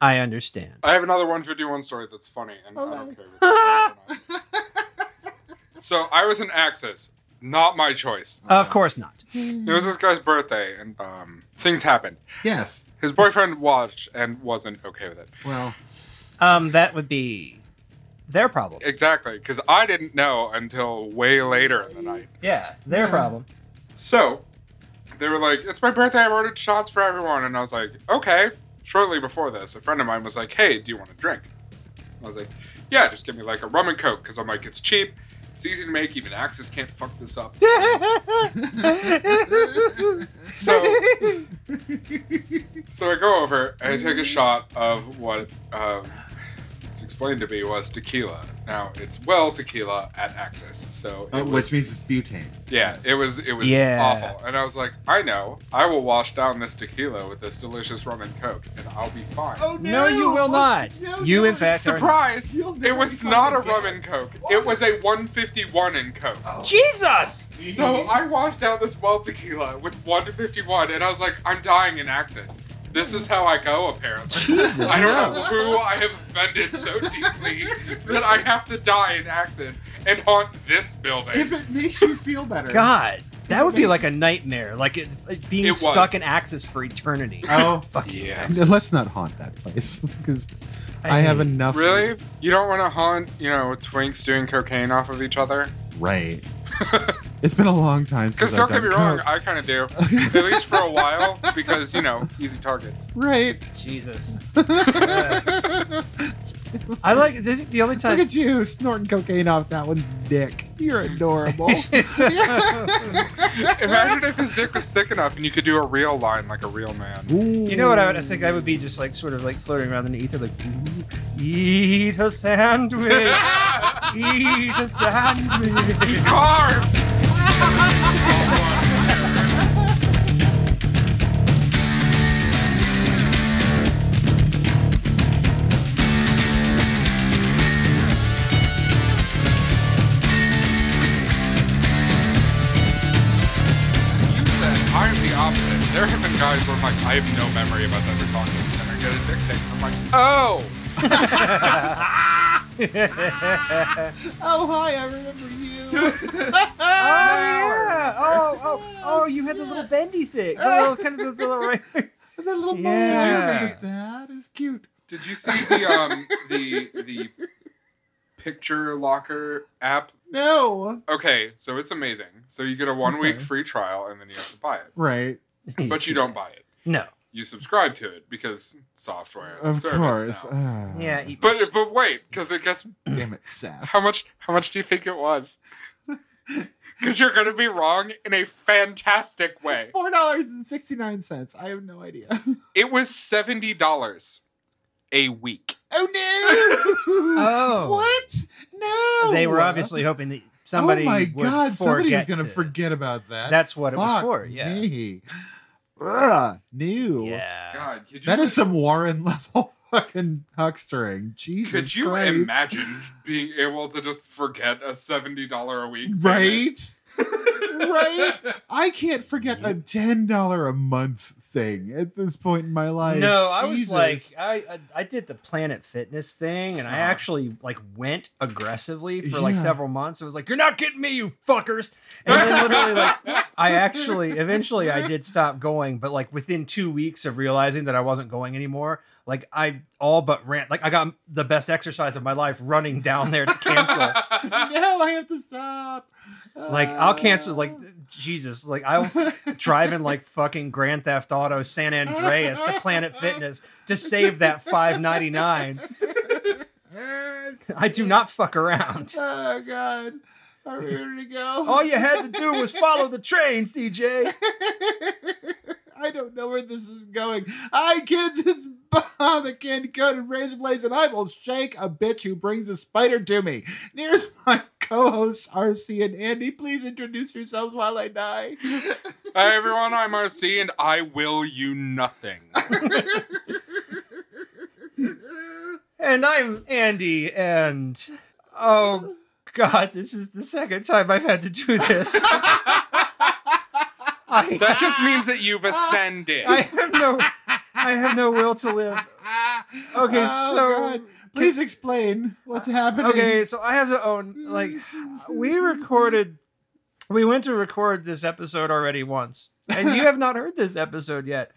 I understand. I have another 151 story that's funny, and Hold I on. don't care. if it's funny or not. so I was in Access, not my choice. Of course not. Mm-hmm. It was this guy's birthday, and um, things happened. Yes. His boyfriend watched and wasn't okay with it. Well, Um, that would be their problem. Exactly, because I didn't know until way later in the night. Yeah, their problem. So they were like, It's my birthday. I've ordered shots for everyone. And I was like, Okay. Shortly before this, a friend of mine was like, Hey, do you want a drink? I was like, Yeah, just give me like a rum and coke. Cause I'm like, It's cheap. It's easy to make. Even Axis can't fuck this up. oh, So, so I go over and I take a shot of what um, it's explained to me was tequila. Now, it's well tequila at Axis. So, it uh, which was- means it's butane. yeah, it was it was Yeah. awful. And I was like, I know. I will wash down this tequila with this delicious rum and coke and I'll be fine. No, you will not. You, in fact, are- Surprise! Oh, You'll never It was be not a fine rum again. and coke. It was a 151 and coke. Uh, Jesus! So I washed down this well tequila with 151 and I was like, I'm dying in Axis. This is how I go, apparently. I don't know who I have offended so deeply that I have to die in Axis and haunt this building. If it makes you feel better. God, that would be like a nightmare. Like it, it being It was. stuck in Axis for eternity. Oh, Fucking Yeah. Axis. No, let's not haunt that place because I, hate have it. enough. Really? You don't want to haunt, you know, twinks doing cocaine off of each other? Right. it's been a long time since Because don't I've get me done wrong, coke. I kind of do. At least for a while, because, you know, easy targets. Right. Jesus. I like the, the only Look time. at you snorting cocaine off that one's dick. You're adorable. Imagine if his dick was thick enough and you could do a real line like a real man. You know what I would I think I would be just like sort of like floating around in the ether like "Ooh, eat a sandwich eat a sandwich Carbs! You said I'm the opposite. There have been guys where I'm like, I have no memory of us ever talking, and I get a dick pic. I'm like, oh, oh, hi, I remember you. Oh, yeah. oh oh oh you had the little bendy thing the little kind of the little right that little Yeah. Did you see that? That is cute. Did you see the um the the picture locker app? No. Okay, so it's amazing. So you get a one week free trial and then you have to buy it. Right. But you don't buy it. no You subscribe to it because software as a Of service. course. now. Ah, yeah eat But but wait, because it gets Damn it, Sass. how much how much do you think it was? Because you're gonna be wrong in a fantastic way. Four dollars and sixty nine cents. I have no idea. It was seventy dollars a week. Oh no! Oh. What? No. they were obviously hoping that somebody Oh my would god! Somebody was forget gonna to- forget about that. That's what it was Fuck for, yeah. Me. Ugh, new. yeah God, could you That is some Warren level fucking huckstering. Jesus could you Christ. imagine being able to just forget a seventy dollar a week? payment? Right? right? I can't forget a ten dollar a month thing at this point in my life. no i was Jesus. like I, I i did the planet fitness thing and i actually like went aggressively for like Yeah. several months it was like you're not getting me you fuckers and then literally like i actually eventually i did stop going but like within two weeks of realizing that i wasn't going anymore like i all but ran like i got the best exercise of my life running down there to cancel no, I have to stop. Like I'll cancel like Jesus, like I'll drive in like fucking Grand Theft Auto San Andreas to Planet Fitness to save that five ninety nine. I do not fuck around. Oh god. Are we ready to go? All you had to do was follow the train, CJ. I don't know where this is going. Hi, kids. It's Bob at Candy Coat and Razor Blades, and I will shank a bitch who brings a spider to me. Here's my co hosts, RC and Andy. Please introduce yourselves while I die. Hi everyone, I'm RC and I will you nothing. And I'm Andy, and oh god, this is the second time I've had to do this. I, That just means that you've ascended. I have no I have no will to live. Okay, Oh, so God. Please explain what's happening. okay, so I have to own like we recorded we went to record this episode already once. And you have not heard this episode yet.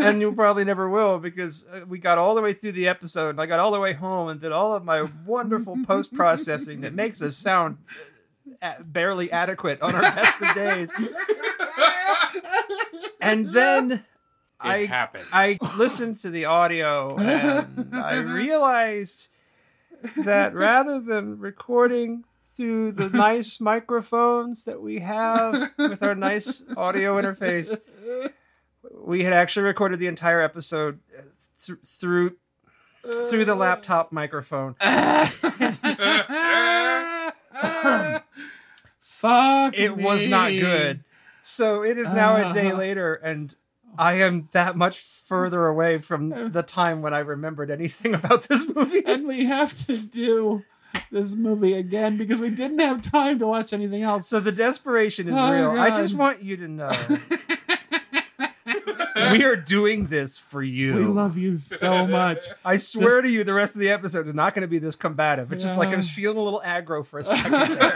And you probably never will because uh, we got all the way through the episode and I got all the way home and did all of my wonderful post processing that makes us sound a- barely adequate on our best of days. And then I happened. I listened to the audio and I realized that rather than recording through the nice microphones that we have with our nice audio interface, we had actually recorded the entire episode uh, th- through through Uh, the laptop microphone. Fuck. It was not me. good. So it is now a day later and I am that much further away from the time when I remembered anything about this movie. And we have to do this movie again because we didn't have time to watch anything else. So the desperation is Oh, real. I God. just want you to know we are doing this for you. We love you so much. I swear to you, the rest of the episode is not going to be this combative. It's just like I was feeling a little aggro for a second. there.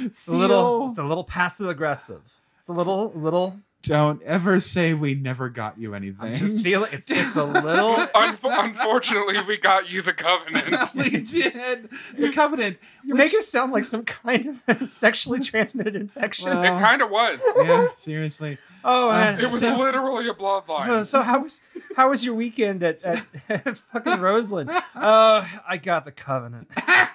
It's a Feel- little, it's a little passive aggressive. It's a little, little. Don't ever say we never got you anything. I'm just feeling. It's, it's a little. Unf- unfortunately, we got you the covenant. we did. The covenant. You make it sound like some kind of sexually transmitted infection. Well- uh, It kind of was. Yeah, seriously. oh, man. It was So- literally a So, bloodline. so how was how was your weekend at, at, fucking Roseland? Uh, I got the covenant. Fuck.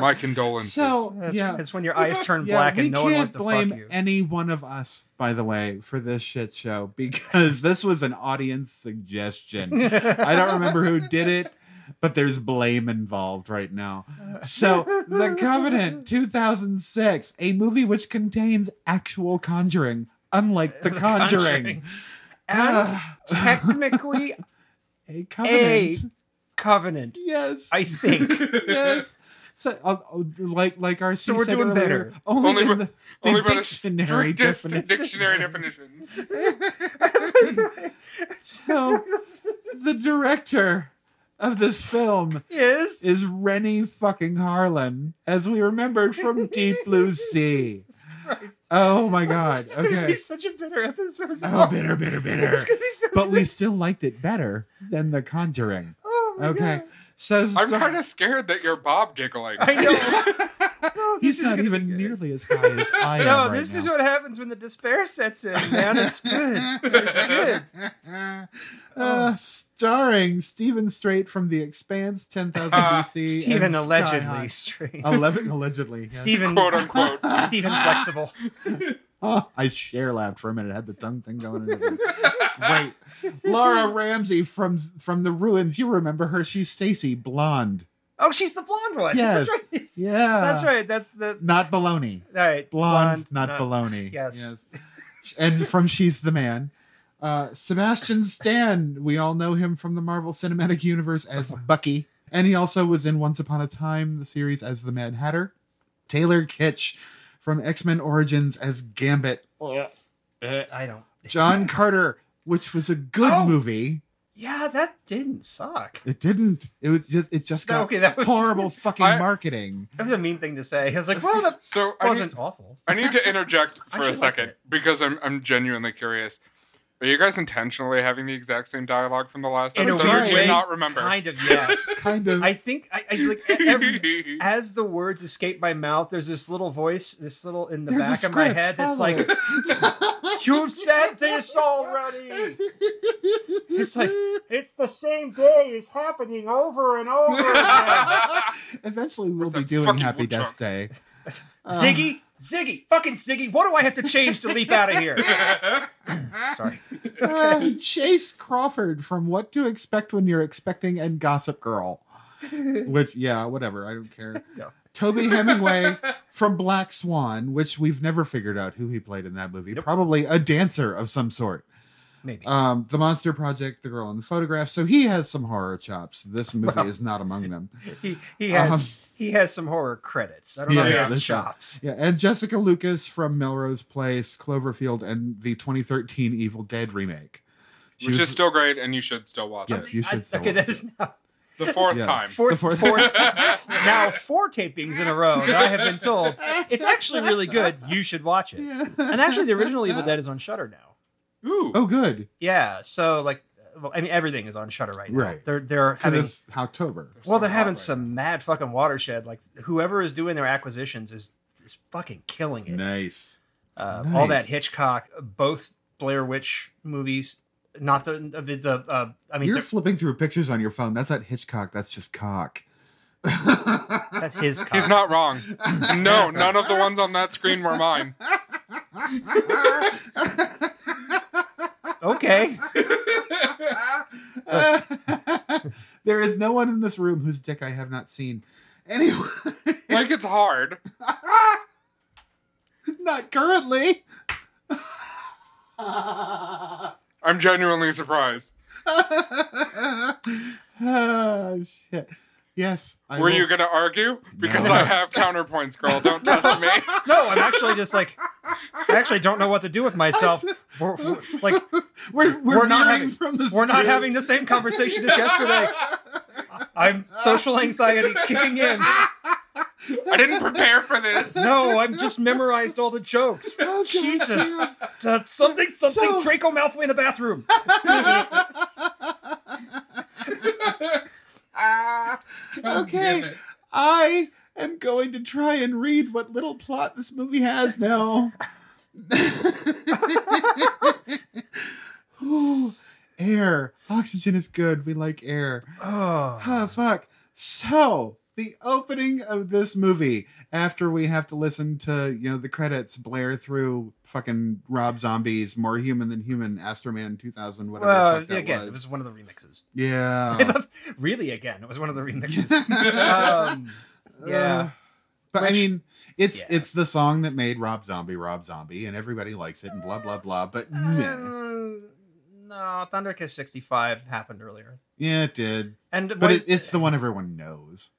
My condolences. so That's, yeah, that's when your eyes turn yeah, black we and no can't one wants to blame fuck you. any one of us, by the way, for this shit show because this was an audience suggestion. I don't remember who did it, but there's blame involved right now. So, The Covenant 2006, a movie which contains actual conjuring, unlike The Conjuring. And Ah, technically a a covenant. covenant, Yes. I think. yes. So, uh, uh, like, like our So C we're said doing earlier, better. Only, Only in by- the, the Only by the dictionary strictest definition. dictionary definitions. So, the director of this film Is is Rennie fucking Harlan, as we remembered from Deep Blue Sea. Christ. Oh my god. This is gonna be Okay. such a bitter episode. Oh, bitter, bitter, bitter. It's gonna be so But we still liked it better than The Conjuring. oh my Okay. God. So I'm kind of scared that you're Bob giggling. I know. No, He's this is not gonna be even good. nearly as high as I am. No, right this is now. what happens when the despair sets in, man. It's good. It's good. Oh. Uh, starring Stephen Strait from The Expanse, 10,000 Ah, BC. Stephen and Sky Uh, allegedly High. straight. 11 allegedly. yes. Stephen Quote unquote. Stephen flexible. Oh, I share laughed for a minute. I had the tongue thing going. in there. Great. Laura Ramsey from from the ruins. You remember her? She's Stacy, blonde. Oh, she's the blonde one. Yes. That's right. Yeah, That's right. That's that's Not baloney. all right. Blonde, not no. baloney. Yes. And from She's the Man. Uh, Sebastian Stan. We all know him from the Marvel Cinematic Universe as Bucky, and he also was in Once Upon a Time the series as the Mad Hatter. Taylor Kitsch from X Men Origins as Gambit. I don't. John Carter, which was a good Oh. movie. Yeah, that didn't suck. It didn't. It was just. It just No, got okay, that was horrible fucking I- marketing. That was a mean thing to say. I was like, well, that So I need, wasn't awful. I need to interject for Actually a like second it. because I'm I'm genuinely curious. Are you guys intentionally having the exact same dialogue from the last In a episode? or weird do way, you not remember? Kind of yes. Kind of. I think I, I like e-, every, as the words escape my mouth. There's this little voice, this little in the There's a back of my script, head that's follow like, "You've said this already." It's like it's the same day is happening over and over again. Eventually, we'll Where's be that doing fucking Happy wood Death chunk? Day. Um, Ziggy, Ziggy, fucking Ziggy, what do I have to change to leap out of here? Sorry. uh, Chase Crawford from What to Expect When You're Expecting and Gossip Girl. Which, yeah, whatever. I don't care. No. Toby Hemingway from Black Swan, which we've never figured out who he played in that movie. Nope. Probably a dancer of some sort. Maybe. Um, the Monster Project, The Girl in the Photograph. So he has some horror chops. This movie is not among them. he he has um, he has some horror credits. I don't know if Yeah, he yeah, has that's chops. Yeah, and Jessica Lucas from Melrose Place, Cloverfield, and the 2013 Evil Dead remake. She which was- is still great, and you should still watch Yes, it. you should. I, still okay, watch that is it. now The fourth Yeah. time. fourth, The fourth- fourth now four tapings in a row that I have been told. It's actually really good. You should watch it. Yeah. And actually, the original Evil Dead is on Shutter now. Ooh, Oh, good. Yeah, so like, well, I mean, everything is on Shutter right now. Right. They're they're having Because it's October. There's well, some they're having hot right some mad fucking watershed. Like whoever is doing their acquisitions is is fucking killing it. Nice. Uh, All that Nice. Hitchcock, both Blair Witch movies, not the the, the uh, I mean, You're they're- flipping through pictures on your phone. That's not Hitchcock. That's just cock. that's his. now. He's cock. not wrong. No, none of the ones on that screen were mine. okay. there is no one in this room whose dick I have not seen. Anyway, Like it's hard. not currently. I'm genuinely surprised. oh, shit. Yes. I Were will- you gonna argue? Because No. I have counterpoints, girl. Don't test me. No, I'm actually just like I actually don't know what to do with myself. We're, we're- like We're, we're, We're not veering having- from the we're not script. having the same conversation as yesterday. I'm social anxiety kicking in. I didn't prepare for this. No, I'm just memorized all the jokes. Oh, God, Jesus. damn. Uh, something, something, So- Draco Malfoy in the bathroom. Ah, God okay. Oh, damn it. I am going to try and read what little plot this movie has now. Ooh, air. Oxygen is good. We like air. Oh, Oh, fuck. So, the opening of this movie, after we have to listen to, you know, the credits blare through fucking Rob Zombie's More Human Than Human, Astroman 2000, whatever well, the fuck that again, was. it was one of the remixes. Yeah. really, again, it was one of the remixes. um, yeah. Uh, but I Which- mean, it's yeah. it's the song that made Rob Zombie Rob Zombie, and everybody likes it, and blah blah blah. But Uh, meh. Um, no, Thunderkiss 65 happened earlier. yeah, it did. And what But is- it, it's the one everyone knows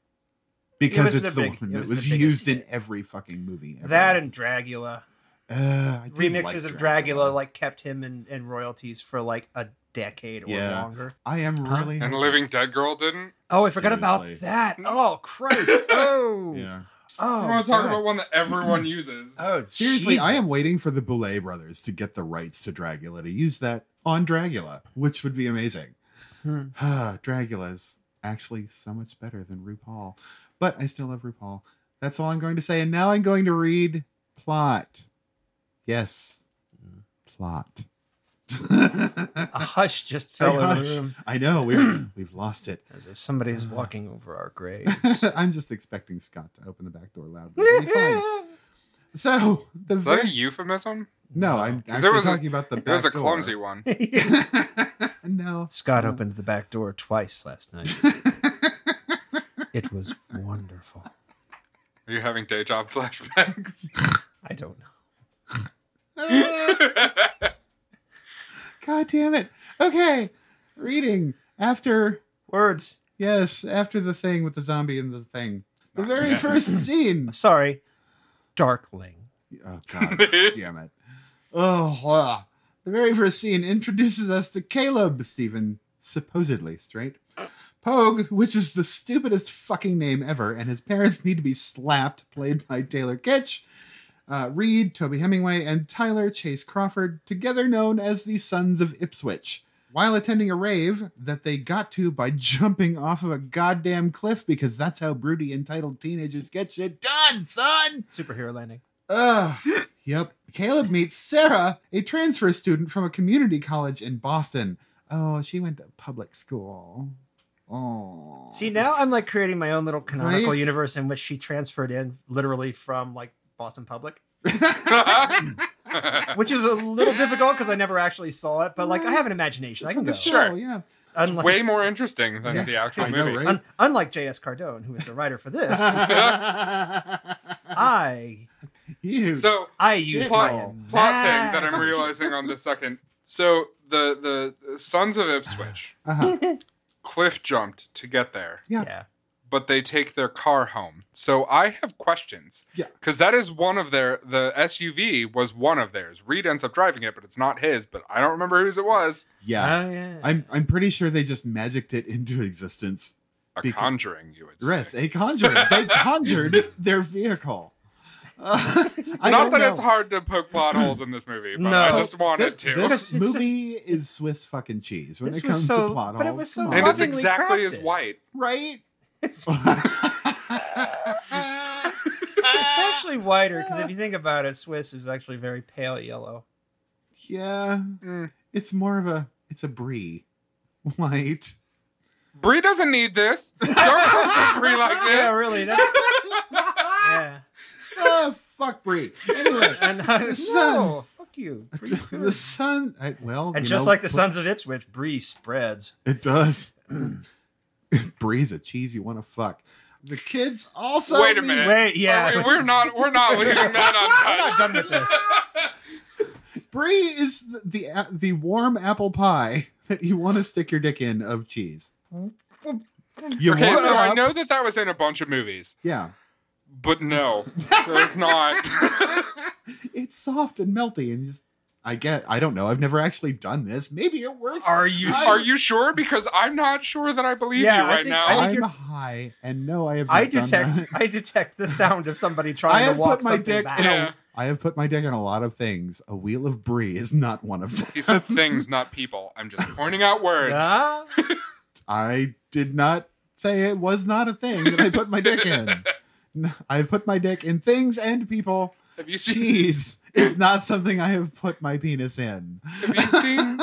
because was it's the the, big- one it that was was, the biggest used in hit. every fucking movie. ever. that and Dragula. uh, I did Remixes like of Dragula like kept him in, in royalties for like a decade or Yeah. longer. I am Huh? really And Living Dead Girl didn't. Oh, I forgot about Seriously. that. Oh, Christ. Oh. Yeah. Oh. I want to talk God. about one that everyone uses. Oh, Seriously, I am Jesus. waiting for the Boulet brothers to get the rights to Dragula to use that on Dragula, which would be amazing. Hmm. Dragula's actually so much better than RuPaul, but I still love RuPaul. That's all I'm going to say. And now I'm going to read plot. Yes, plot. A hush just fell A over hush. the room I know we've we've lost it. as if somebody's walking over our grave. I'm just expecting Scott to open the back door loudly. It'll be fine. So the Is that a very, euphemism? no, I'm 'Cause there actually was a- talking about the back It was a door. clumsy one. no. Scott opened the back door twice last night. it was wonderful. Are you having day job flashbacks? I don't know. God damn it. Okay. Reading after Words. yes, after the thing with the zombie and the thing. The very Yeah. first scene. Sorry. Darkling. Oh god damn it. Oh ah. the very first scene introduces us to Caleb Stephen, supposedly straight. Pogue, which is the stupidest fucking name ever, and his parents need to be slapped, played by Taylor Kitsch, uh, Reed, Toby Hemingway, and Tyler Chase Crawford, together known as the Sons of Ipswich. While attending a rave that they got to by jumping off of a goddamn cliff, because that's how broody, entitled teenagers get shit done, son! Superhero landing. Ugh. yep. Caleb meets Sarah, a transfer student from a community college in Boston. Oh, she went to public school. Oh. See, now I'm like creating my own little canonical Right? universe in which she transferred in literally from like Boston Public, which is a little difficult because I never actually saw it, but like I have an imagination. I From can the go. show, yeah. Unlike, Way more interesting than Yeah, the actual I know, movie. right? un- unlike J.S. Cardone, who is the writer for this, Ah. I you. So, I use plot, my Plot- plot thing that I'm realizing on the second. So, the, the Sons of Ipswich uh-huh. imagination. cliff jumped to get there. Yeah. yeah. but they take their car home. So I have questions. Yeah. Because that is one of their, the SUV was one of theirs. Reed ends up driving it, but it's not his, but I don't remember whose it was. Yeah. Oh, yeah. I'm I'm pretty sure they just magicked it into existence. A Because- conjuring, you would say. Yes, they conjured. They conjured their vehicle. Uh, I not don't that know. it's hard to poke plot holes in this movie, but No. I just wanted This, to. this movie is Swiss fucking cheese when This it was comes so- to plot but it holes. was so Come on. and it's lovingly exactly as crafted. white. right. It's actually whiter because if you think about it, Swiss is actually very pale yellow. yeah, Mm. it's more of a it's a brie white. Brie doesn't need this. Don't cook for Brie like this. Yeah, really. That's, yeah. Ah, fuck brie. Anyway, And I, The no, suns. fuck you. Bree the sun. I, well, And you just know, like the Sons of Ipswich, Bree spreads. It does. Bree's a cheese you want to fuck. The kids also. Wait a meet- minute. Wait, yeah. Are we, are not. We're not leaving I'm not that done with this. Bree is the the, a- the warm apple pie that you want to stick your dick in of cheese. You untouched. Mm. Okay, warm it so I up- know that that was in a bunch of movies, Yeah, but no, there's not. it's soft and melty, and just I get. I don't know. I've never actually done this. Maybe it works. Are you? Are you sure? Because I'm not sure that I believe Yeah, you I right think- now. I think I'm you're- high, and no, I have. Not I done detect. that. I detect the sound of somebody I trying have to walk put my something dick back. in a- Yeah. I have put my dick in a lot of things. A wheel of brie is not one of them. He said things, not people. I'm just pointing out words. Ah, I did not say it was not a thing that I put my dick in. No, I put my dick in things and people. Have you seen? Cheese is not something I have put my penis in. Have you seen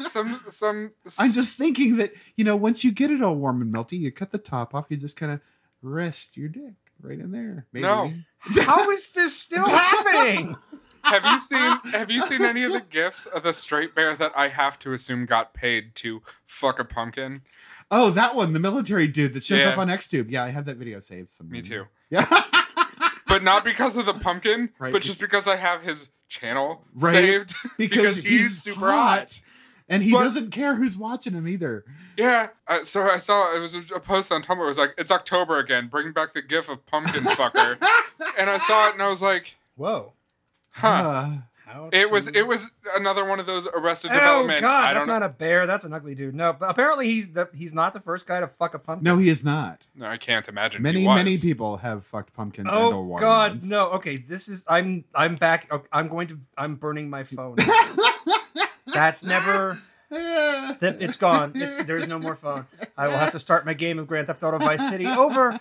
some some? I'm just thinking that, you know, once you get it all warm and melty, you cut the top off, you just kind of rest your dick right in there. Maybe. No. How is this still happening? Have you seen have you seen any of the gifs of the straight bear that I have to assume got paid to fuck a pumpkin? Oh, that one, the military dude that shows Yeah. up on XTube. Yeah, I have that video saved somewhere. Mm-hmm. Me too. Yeah. But not because of the pumpkin, Right, but just because I have his channel Right. saved. because, Because he's, he's super super hot, hot. and he But- doesn't care who's watching him either. Yeah. Uh, so I saw it was a a post on Tumblr. It was like, it's October again. Bring back the gif of pumpkin fucker. and I saw it and I was like, Whoa. huh. Uh, How It was to- it was another one of those Arrested Oh Development. God, I that's don't know. not a bear. That's an ugly dude. No, but apparently he's the, he's not the first guy to fuck a pumpkin. no, he is not. No, I can't imagine. Many he was. many people have fucked pumpkins. and or Oh God, watermelons. no. Okay, this is I'm I'm back. okay, I'm going to I'm burning my phone. That's never. Eh, th- It's gone. It's, there is no more phone. I will have to start my game of Grand Theft Auto Vice City over.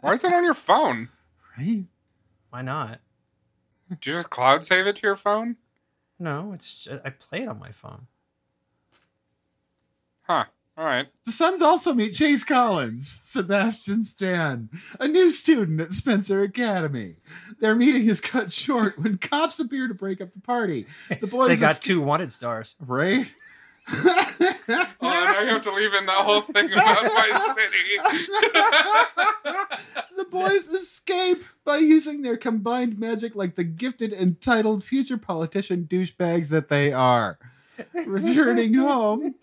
Why is it on your phone? right? Why not? Do you just cloud save it to your phone? No, it's ju- I play it on my phone. Huh. All right. The Suns also meet Chase Collins, Sebastian Stan, a new student at Spencer Academy. Their meeting is cut short when cops appear to break up the party. The boys They got esca- two wanted stars. right. Oh, now you have to leave in that whole thing about Vice City. The boys escape by using their combined magic like the gifted, entitled future politician douchebags that they are. Returning home,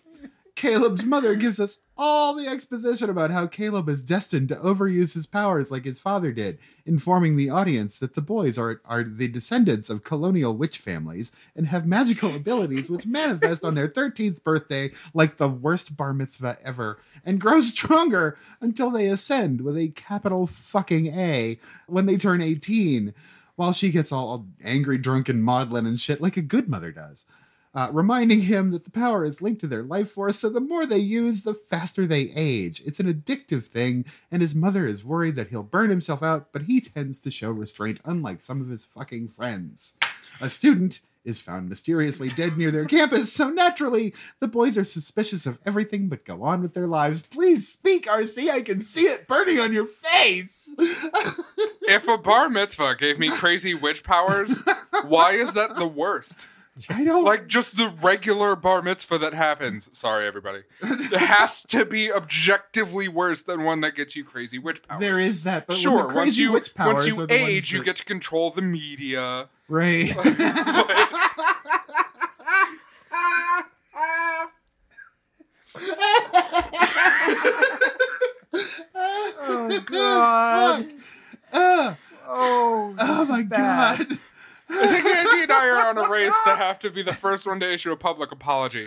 Caleb's mother gives us all the exposition about how Caleb is destined to overuse his powers like his father did, informing the audience that the boys are, are the descendants of colonial witch families and have magical abilities which manifest on their 13th birthday like the worst bar mitzvah ever and grow stronger until they ascend with a capital fucking A when they turn 18, while she gets all angry, drunk, and maudlin and shit like a good mother does. Uh, reminding him that the power is linked to their life force, so the more they use, the faster they age. It's an addictive thing, and his mother is worried that he'll burn himself out, but he tends to show restraint, unlike some of his fucking friends. A student is found mysteriously dead near their campus, so naturally, the boys are suspicious of everything but go on with their lives. Please speak, RC. I can see it burning on your face. if a bar mitzvah gave me crazy witch powers, why is that the worst? I don't Like just the regular bar mitzvah that happens. Sorry, everybody. It has to be objectively worse than one that gets you crazy witch powers. There is that, but sure. when the once crazy you witch powers once you are the ones age, you that- get to control the media. right. Oh, Oh, Uh, Oh, to have to be the first one to issue a public apology.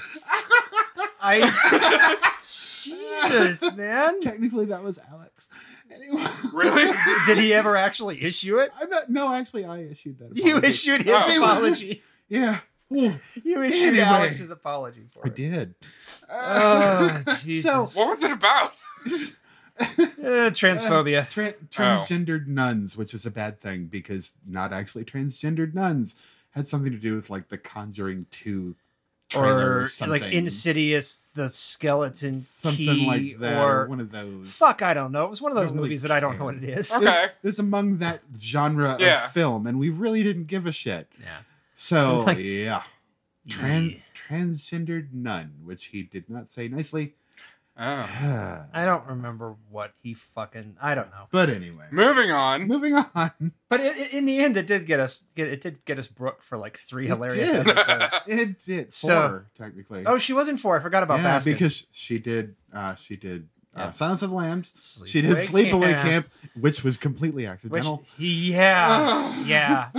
I Jesus, man. Technically, that was Alex. Anyway, Really? Did he ever actually issue it? I'm not. No, actually, I issued that. You apology. issued his Oh. apology. Yeah. Ooh, You issued Anyway. Alex's apology for I it. did. Oh, Uh, Jesus. So What was it about? Eh, transphobia. tra- Oh. transgendered nuns, which is a bad thing because not actually transgendered nuns had something to do with like the Conjuring Two trailer or, or something, like Insidious, the skeleton something key, like that, or, or one of those. fuck, I don't know. It was one of those Don't really movies that I don't know care. what it is. It was- Okay. It was among that genre Yeah. of film, and we really didn't give a shit. Yeah. So Like- yeah, Tran- transgendered nun, which he did not say nicely. Oh. but I don't remember what he fucking. I don't know. anyway, Moving on. moving on. But it, it- in the end, it did get us. Get, it did get us Brooke for like three It hilarious did. episodes. It did So- four technically. oh, she was in four. I forgot about yeah, Baskin. because she did. Uh, she did uh, Yeah. Silence of the Lambs. Sleepaway she did Sleepaway Camp. Camp, which was completely Which, accidental. yeah, Ugh. yeah.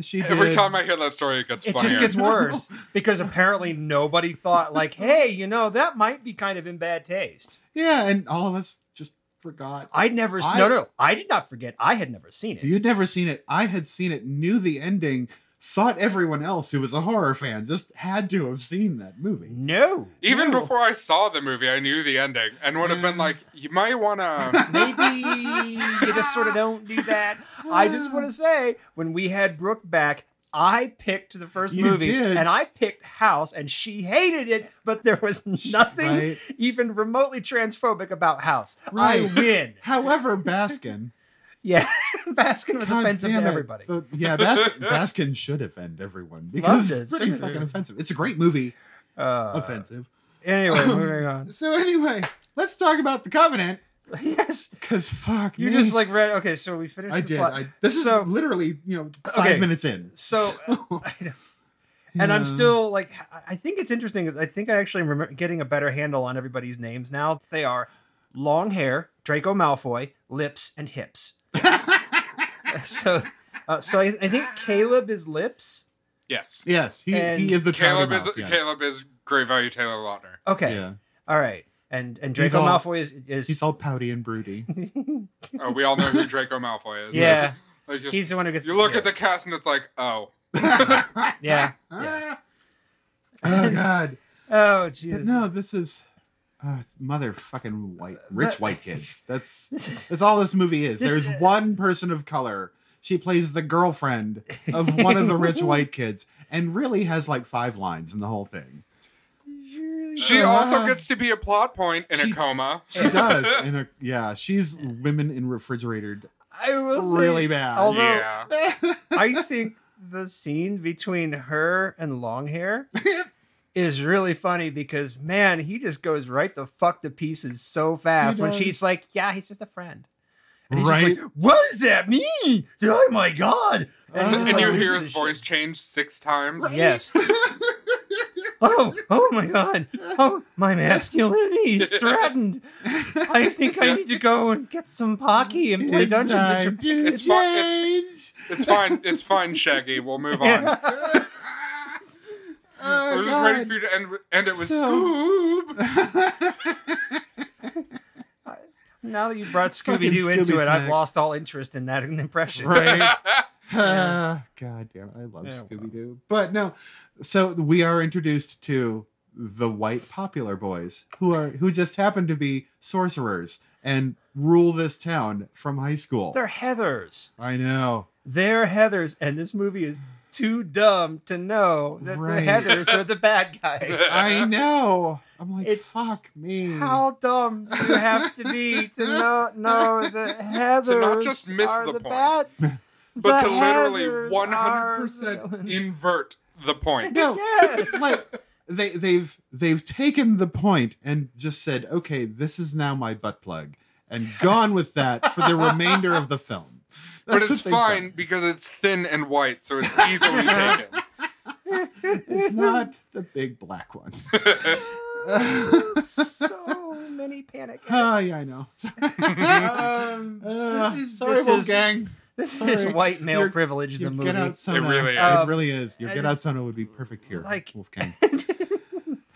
She did, Every time I hear that story, it gets It funnier. just gets worse because apparently nobody thought like, hey, you know, that might be kind of in bad taste. yeah, and all of us just forgot. I never. I- no, no, I did not forget. I had never seen it. You'd never seen it. I had seen it. Knew the ending. Thought everyone else who was a horror fan just had to have seen that movie. no. Even No. before I saw the movie, I knew the ending and would have been like, you might want to. Maybe you just sort of don't do that. I just want to say, when we had Brooke back, I picked the first You movie did. and I picked House, and she hated it, but there was nothing Right? even remotely transphobic about House. Right. I win. However, Baskin. Yeah, Baskin was God offensive damn to it. everybody. The- yeah, Baskin, Baskin should offend everyone because it. it's pretty Stupid. fucking offensive. It's a great movie. Uh, offensive. Anyway, moving on. So anyway, let's talk about the Covenant yes, because fuck, you man, just like read. Okay, so we finished. I the did. plot. I, this So- is literally you know five Okay. minutes in. So, I know. and Yeah. I'm still like, I- I think it's interesting. is I think I actually remember getting a better handle on everybody's names now. They are long hair, Draco Malfoy, lips, and hips. so, uh, so I, I think Caleb is lips. yes. yes, he, And he is the Caleb Trouty is Mouth, yes. Caleb is Great Value Taylor Lautner. Okay, Yeah, all right. And and He's Draco all- Malfoy is is he's he's, all pouty and broody. Oh, we all know who Draco Malfoy is. Yeah. Like just- the one who gets. you look yeah, at the cast and it's like, oh, yeah. yeah. Oh god, Oh but Jesus. no, this is uh, motherfucking white, That- rich white kids. That's That's all this movie is. This- There's one person of color. She plays the girlfriend of one of the rich white kids and really has like five lines in the whole thing. she Uh, Uh-huh. also gets to be a plot point in she- a coma. She does. In a, yeah, she's women in refrigerated I will say, really bad. Oh, I'll- Although- yeah. I think the scene between her and long hair is really funny because man, he just goes right the fuck to pieces so fast when does. she's like, "Yeah, he's just a friend." And he's just right? like, what does that mean? Oh my god! Uh, he's and you like, hear "This his is voice change six times. shit." Yes. oh, oh my god! Oh, my masculinity is threatened. I think I need to go and get some pocky and play it's Dungeons and time Dragons. to It's fu- change. It's fine. It's fine, Shaggy. We'll move on. Oh, We're just God. waiting for you to end. with- End it with So- Scoob. Now that you brought Fucking Scooby Doo into Scooby it, I've Snacks. lost all interest in that impression. right? Yeah. Ah, God damn it. I love Yeah, well. Scooby Doo. But no, so we are introduced to the white popular boys who are who just happen to be sorcerers and rule this town from high school. They're Heathers. I know. They're Heathers, and this movie is too dumb to know that Right. the Heathers are the bad guys. I know. I'm like, It's fuck me. How dumb do you have to be to know, know that Heathers just miss are the the, point, bad? But the to literally Heathers one hundred are the percent villains. invert the point. No, Yeah. like they they've they've taken the point and just said, okay, this is now my butt plug, and gone with that for the remainder of the film. But it's That's what they've done. fine because it's thin and white, so it's easily taken. It's not the big black one. so many panic. Ah, attacks. yeah, I know. Um, Uh, this is sorry, this is, Wolfgang. This is Sorry. white male You're- privilege. The Your movie. Get Out Sona. really is. It really is. Your Um, Get Out Sona would be perfect here, like- Wolfgang.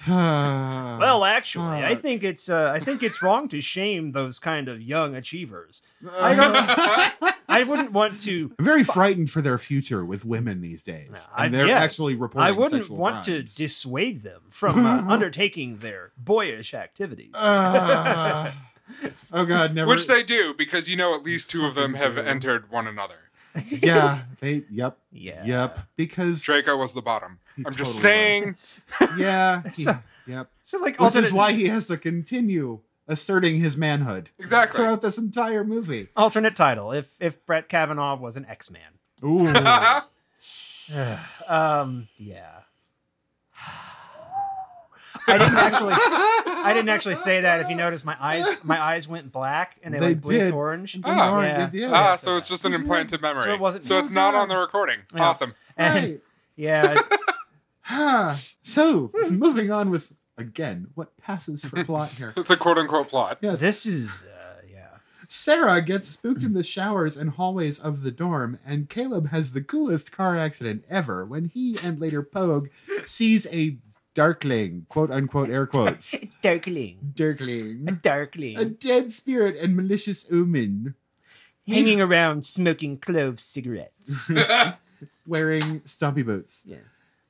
Ah. well, Well, actually, I fuck. think it's uh, I think it's wrong to shame those kind of young achievers. I I wouldn't want to. I'm very frightened for their future with women these days, Yeah, I- and they're yeah. actually reporting. I wouldn't sexual want to crimes. dissuade them from uh, undertaking their boyish activities. Uh, Ah. oh God, never. Which they do because you know at least two of them have entered one another. yeah, they. Yep. yeah. Yep. Because Draco was the bottom. He I'm just totally saying. yeah, he- So- yep. So like, Which is alternate, why he has to continue asserting his manhood Exactly. throughout this entire movie. alternate title. If if Brett Kavanaugh was an X Man. Ooh. Ah, um. Yeah. I didn't actually. I didn't actually say that. If you notice, my eyes my eyes went black and they, They like blinked did. orange. Ah. All right, Yeah. yeah. ah, yeah, so so it's just an implanted memory. So it wasn't- it's not on the recording. Yeah. Awesome. And- Right. yeah. Ah, so moving on with again what passes for plot here. The quote unquote plot. Yes. This is. Uh, yeah. Sarah gets spooked in the showers and hallways of the dorm, and Caleb has the coolest car accident ever when he and later Pogue sees a darkling, quote unquote air quotes. Darkling. A Darkling. darkling. A dead spirit and malicious omen hanging around smoking clove cigarettes. wearing stompy boots. Yeah.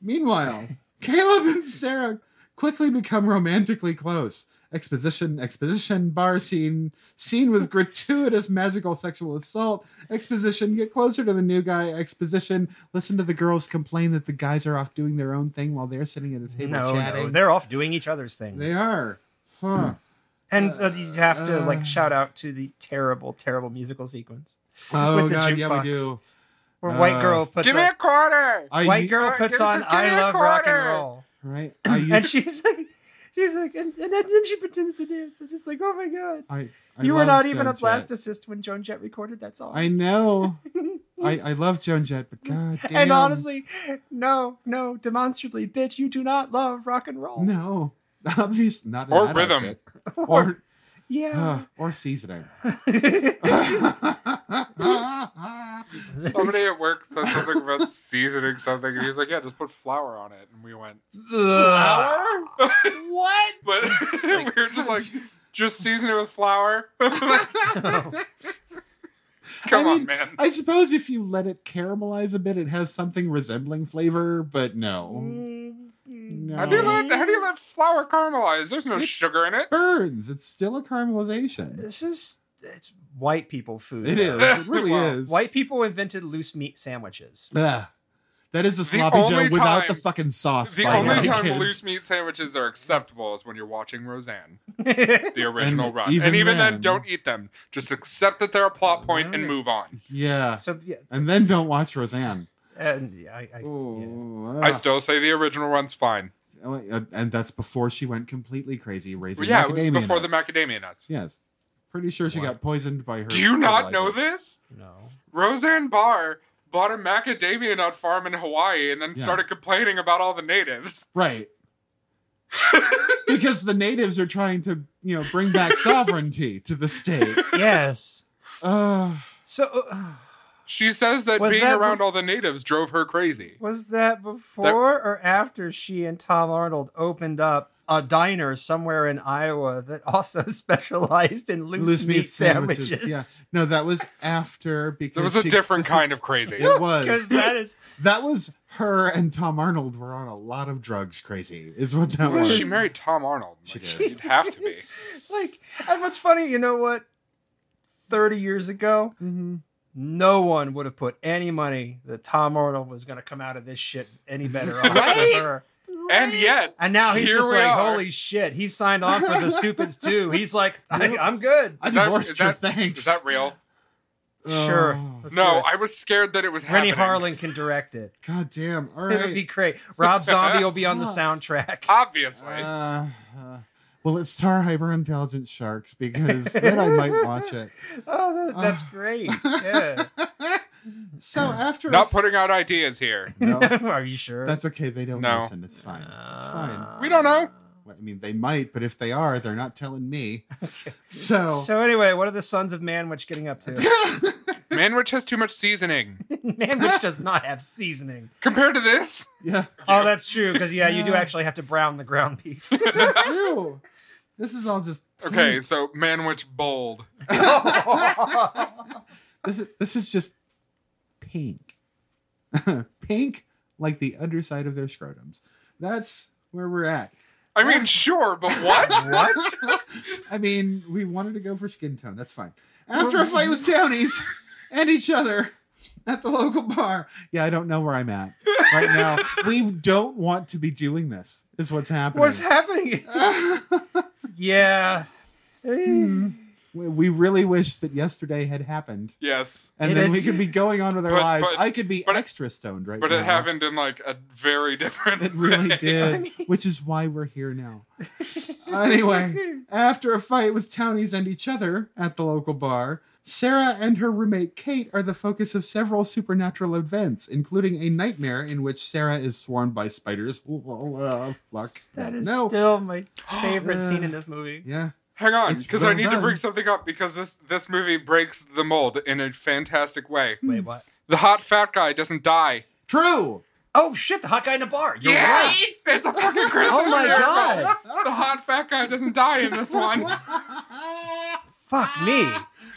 Meanwhile, Caleb and Sarah quickly become romantically close. Exposition, exposition, bar scene, scene with gratuitous magical sexual assault. Exposition, get closer to the new guy. Exposition, listen to the girls complain that the guys are off doing their own thing while they're sitting at a table no, no, chatting. they're off doing each other's things. they are. Huh. And uh, you have to Uh, like shout out to the terrible, terrible musical sequence Oh, the God, yeah, jukebox. we do. where Uh, white girl puts Give me on, a quarter. I, white girl Uh, puts give- on just give me I a love rock and quarter. roll, Right? I used, and she's like, she's like, and, and then she pretends to dance. I'm just like, oh my god, I, I uh, you were love not even Joan a Jett. plasticist when Joan Jett recorded that song. I know. I, I love Joan Jett, but God damn. and honestly, no, no, demonstrably, bitch, you do not love rock and roll. No, obviously not. in Or that rhythm. outfit. or Yeah. uh, or seasoning. Somebody at work said something about seasoning something, and he's like, "Yeah, just put flour on it." And we went, Ugh. what? but we were just like, "Just season it with flour." Come I on, mean, man. I suppose if you let it caramelize a bit, it has something resembling flavor, but Mm. no, No. How do you No. let How do you let flour caramelize? There's no It- sugar in it. burns. It's still a caramelization. This is it's white people food. It is. It really Wow. is. White people invented loose meat sandwiches. Ugh. That is a The sloppy Joe only without time- the fucking sauce. The by Fine, only yeah. the time kids. loose meat sandwiches are acceptable is when you're watching Roseanne, the original And run. even and even then, then- don't eat them. Just accept that they're a plot point and move on. Yeah, so yeah, and then don't watch Roseanne. and I, I yeah. Ooh, I ah. still say the original run's fine. Oh, uh, and that's before she went completely crazy raising Well, yeah, it was macadamia before the nuts. macadamia nuts. Yes, pretty sure she What? got poisoned by her. Do you not fertilizer. know this? no. Roseanne Barr bought a macadamia nut farm in Hawaii and then Yeah. started complaining about all the natives. Right. because the natives are trying to, you know, bring back sovereignty to the state. Yes. Uh, So uh, She says that Was being that around bef- all the natives drove her crazy. was that before or after she and Tom Arnold opened up a diner somewhere in Iowa that also specialized in loose, loose meat, sandwiches? Yeah. No, that was after because There was a she- different this kind is- of crazy. It Because was. that is That was her and Tom Arnold were on a lot of drugs. Crazy is what that Well, was. She married Tom Arnold. She Like, did. You'd have to be. like, and what's funny, you know what? 30 years ago, Mhm. no one would have put any money that Tom Arnold was going to come out of this shit any better off Right? than her. And yet, And now he's Here just we like, are. holy shit, he signed on for the Stupids too. He's like, I, I'm good. I Is that- divorced is her. that- thanks. is that real? Sure. Oh. Let's No, do it. I was scared that it was Rennie happening. Harlan can direct it. God damn. All It'll right. be great. Rob Zombie will be on the soundtrack. Obviously. Uh, uh, well, it's Tar Hyper Intelligent Sharks because then I might watch it. Oh, that, that's Uh. great. Yeah. So after Not putting out ideas here. no, Are you sure? Uh, that's okay. They don't No. Uh. listen. It's fine. It's fine. We don't know. Well, I mean, they might, but if they are, they're not telling me. So, So anyway, what are the Sons of Man which getting up to? Uh, Manwich has too much seasoning. Manwich does not have seasoning. Compared to this, Yeah, Oh, that's true. Because yeah, you do Yeah. actually have to brown the ground beef. me too. This is all just okay, so Manwich bold. This is this is just pink, pink like the underside of their scrotums. That's where we're at. I mean, sure, but what? what? I mean, we wanted to go for skin tone. That's fine. After a fight with townies and each other at the local bar. Yeah, I don't know where I'm at right now. we don't want to be doing this. Is what's happening. What's happening? yeah. Mm. we we really wish that yesterday had happened, Yes, and It then had- we could be going on with our But- lives. but- I could be but it- extra stoned right but now. it happened in like a very different. It really way. did, I mean- which is why we're here now. anyway, after a fight with townies and each other at the local bar, Sarah and her roommate Kate are the focus of several supernatural events, including a nightmare in which Sarah is swarmed by spiders. Oh, fuck. That is no. still my favorite scene in this movie. yeah. Hang on, It's because well I need to done. bring something up because this this movie breaks the mold in a fantastic way. Wait, what? The hot fat guy doesn't die. True. Oh shit, the hot guy in the bar. You're right. it's a fucking Christmas Oh my miracle. god. The hot fat guy doesn't die in this one. Fuck me.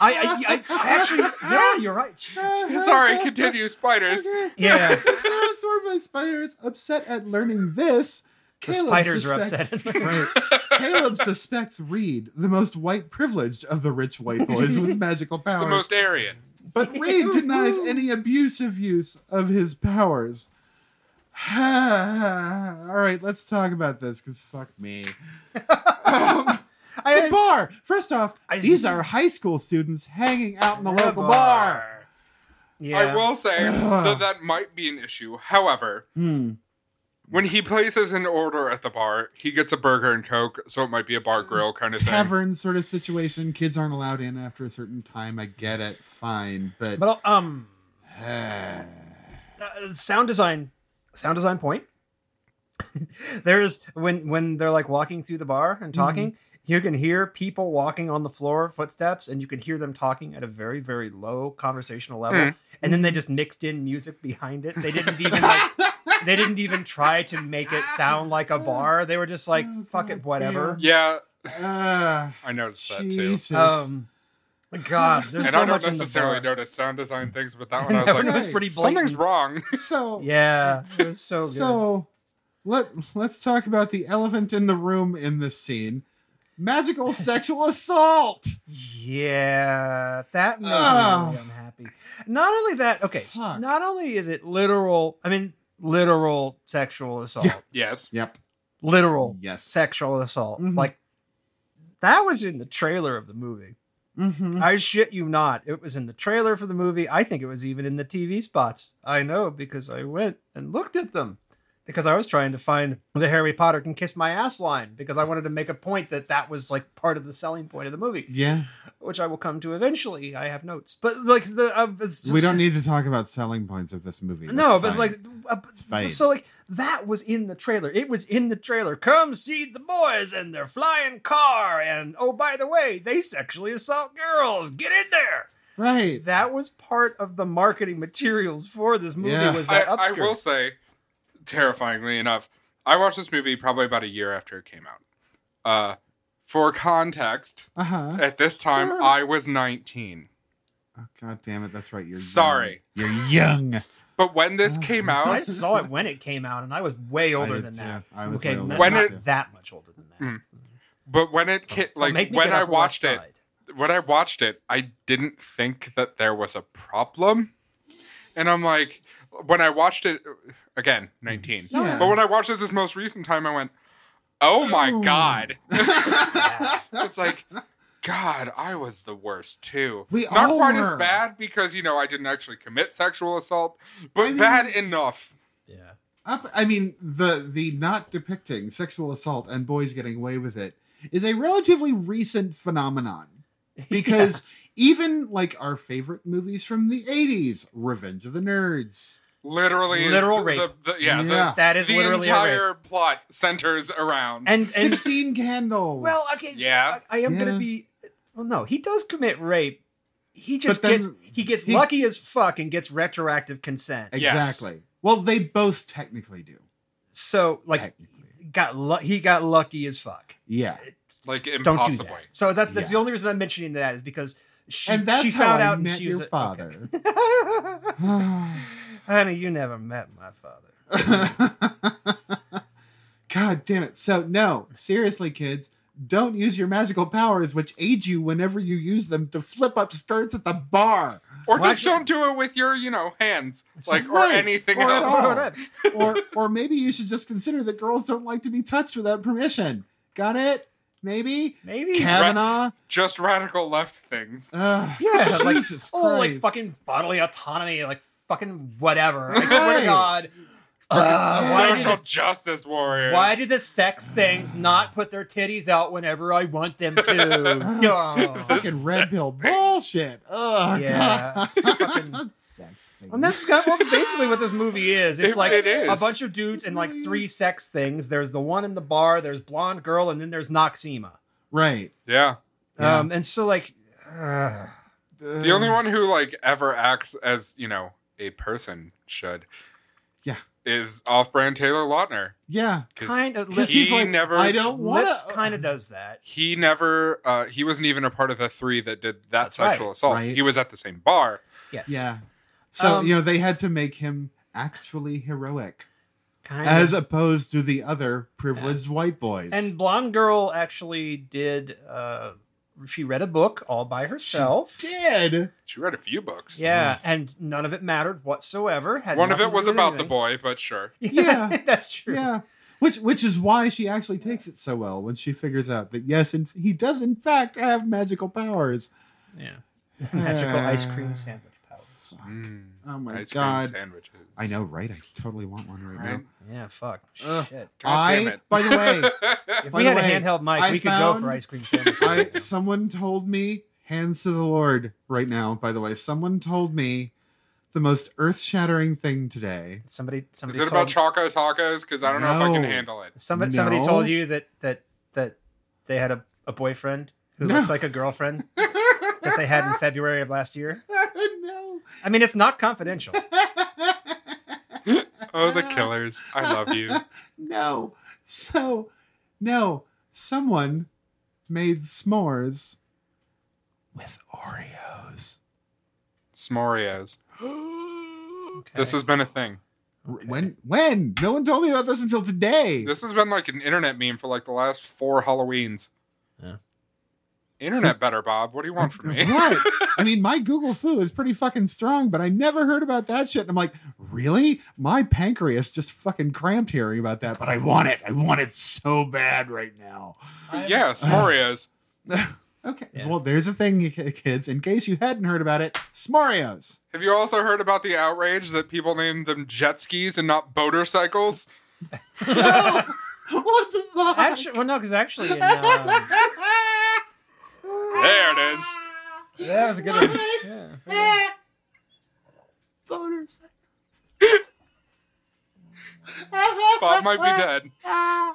I, I, I, I actually, yeah, you're right. Jesus. Sorry, continue, spiders. Yeah. Sarah swarmed by spiders, upset at learning this. The Caleb spiders are suspects- upset. Right. Caleb suspects Reed, the most white privileged of the rich white boys with magical The powers. most Aryan. but Reed denies any abusive use of his powers. All right, let's talk about this because fuck me. Um, the I, bar. First off, I- these are high school students hanging out in the local bar. Yeah. I will say Ugh. that that might be an issue. However, Hmm. when he places an order at the bar, he gets a burger and coke, so it might be a bar grill kind of thing. Tavern sort of situation. Kids aren't allowed in after a certain time. I get it. Fine, but, But um, uh, sound design, sound design point. There's when when they're like walking through the bar and talking, you can hear people walking on the floor, footsteps, and you can hear them talking at a very very low conversational level. Mm. And then they just mixed in music behind it. They didn't even like. They didn't even try to make it sound like a bar. They were just like, Oh, "Fuck God it, whatever." Yeah, Ah, I noticed that too. Jesus. Um, God, there's and so I don't much in the necessarily bar. notice sound design things, but that one I That was one like, was pretty blatant. something's wrong. so Yeah, it was so good. So let let's talk about the elephant in the room in this scene. Magical sexual assault. Yeah, that makes Ugh. me really unhappy. Not only that, okay, so Ah. Fuck. not only is it literal, I mean, literal sexual assault, Yeah. Mm. Yes. Yep. literal Yes. sexual assault. Mhm. Like, that was in the trailer of the movie. Mm-hmm. I shit you not. It was in the trailer for the movie. I think it was even in the TV spots. I know because I went and looked at them because I was trying to find the Harry Potter can kiss my ass line because I wanted to make a point that that was like part of the selling point of the movie Yeah. which I will come to eventually. I have notes, but like the uh, it's just- We don't need to talk about selling points of this movie. No, That's but it's fine. like uh, fine. so like that was in the trailer. It was in the trailer. Come see the boys and their flying car, and oh by the way, they sexually assault girls. Get in there. right. That was part of the marketing materials for this movie. Yeah. Was I, that I upskirt? will say, terrifyingly enough, I watched this movie probably about a year after it came out. Uh, for context, Uh huh. at this time, Huh. I was 19. Oh, God damn it. That's right. You're Sorry. Young. You're young. But when this came I out, saw it when it came out, and I was way older did than too. that. I was okay, way older not, than not that too. that much older than that. Mm. but when it came, Don't like make me when get I Upper West watched it, Side. when I watched it, I didn't think that there was a problem. And I'm like, when I watched it again, 19. Yeah. But when I watched it this most recent time, I went, oh my God. Yeah. it's like, God, I was the worst too. We Not all quite were. as bad because, you know, I didn't actually commit sexual assault, but I mean- bad enough. yeah. Up, I mean, the the not depicting sexual assault and boys getting away with it is a relatively recent phenomenon because even like our favorite movies from the 80s, Revenge of the Nerds. Literally, is Literal the, rape. The, the- yeah, Yeah. the, That is the literally a entire rape. plot centers around. And, and 16 candles. well, okay, so Yeah. I, I am Yeah. gonna be. Well, no, he does commit rape, he just But then gets he gets he- lucky as fuck and gets retroactive consent. Yes. Exactly. Well, they both technically do. So like technically. got lu- he got lucky as fuck. Yeah. Like Don't impossibly. do that. So that's that's Yeah. the only reason I'm mentioning that is because she, And that's she how found I out and met she was your a- father. okay. Honey, you never met my father. God damn it. So, no, seriously, kids, don't use your magical powers, which aid you whenever you use them to flip up skirts at the bar Or Well, just actually- don't do it with your, you know, hands. Like Right. or anything Or at else. all. or or maybe you should just consider that girls don't like to be touched without permission. Got it? Maybe Maybe. Kavanaugh. Just radical left things. Ugh, Yeah, like Jesus oh, like Christ. fucking bodily autonomy, like fucking whatever. I swear Right. to God. Uh, why, Social do justice the, warriors. why do the sex things not put their titties out whenever I want them to? God. fucking red sex pill thing. bullshit. Oh Yeah. god. Fucking- sex thing. And that's kind of, well, basically what this movie is. It's It- like it is. a bunch of dudes and like three sex things. There's the one in the bar, there's blonde girl, and then there's Noxema. right. Yeah. Yeah. Um, and so like, uh, The Uh. only one who like ever acts as, you know, a person should. Yeah. Is off brand Taylor Lautner. Yeah. Because kind of. Because he he's like, never I don't uh, want Lips to. kind of does that. he never uh he wasn't even a part of the three that did that That's sexual right. assault. Right. He was at the same bar. Yes. Yeah. So Um, you know they had to make him actually heroic, Kind as of. opposed to the other privileged white boys. And blonde girl actually did. Uh, she read a book all by herself. did She read a few books. Yeah, Mm. and none of it mattered whatsoever. Had One of nothing it to was do with about the anything. boy, but sure. Yeah, Yeah. that's true. Yeah. Which which is why she actually takes it so well when she figures out that yes, and he does in fact have magical powers. Yeah. Magical ice cream sandwich powder. Mm. Oh my Ice cream god. sandwiches. I know, right? I totally want one right, Right? now. Yeah, fuck. Ugh. Shit. God I damn it. by the way, If By we the had a way, handheld mic, I we could go found- for ice cream sandwich. I someone told me hands to the Lord right now, by the way. Someone told me the most earth-shattering thing today. somebody, somebody Is it told, about Choco Tacos? Because I don't know if I can No. handle it. somebody, somebody No. told you that that that they had a, a boyfriend who No. looks like a girlfriend that they had in February of last year. no. I mean, it's not confidential. Oh, the killers. I love you. no. So, no. Someone made s'mores with Oreos. Smorios. Okay. This has been a thing. R- Okay. When? When? No one told me about this until today. This has been like an internet meme for like the last four Halloweens. Yeah. Internet better, Bob. What do you want from me? right. I mean, my Google foo is pretty fucking strong, but I never heard about that shit. And I'm like, really? My pancreas just fucking cramped hearing about that, but I want it. I want it so bad right now. yeah, Smorios. Okay. Yeah. Well, there's a thing, ki- kids. In case you hadn't heard about it, s'morios. Have you also heard about the outrage that people named them jet skis and not motorcycles? No! what the fuck? Actually, well, no, because actually, in, um, There it is. that was a good one. Yeah, yeah. Boners. Bob might be dead. I,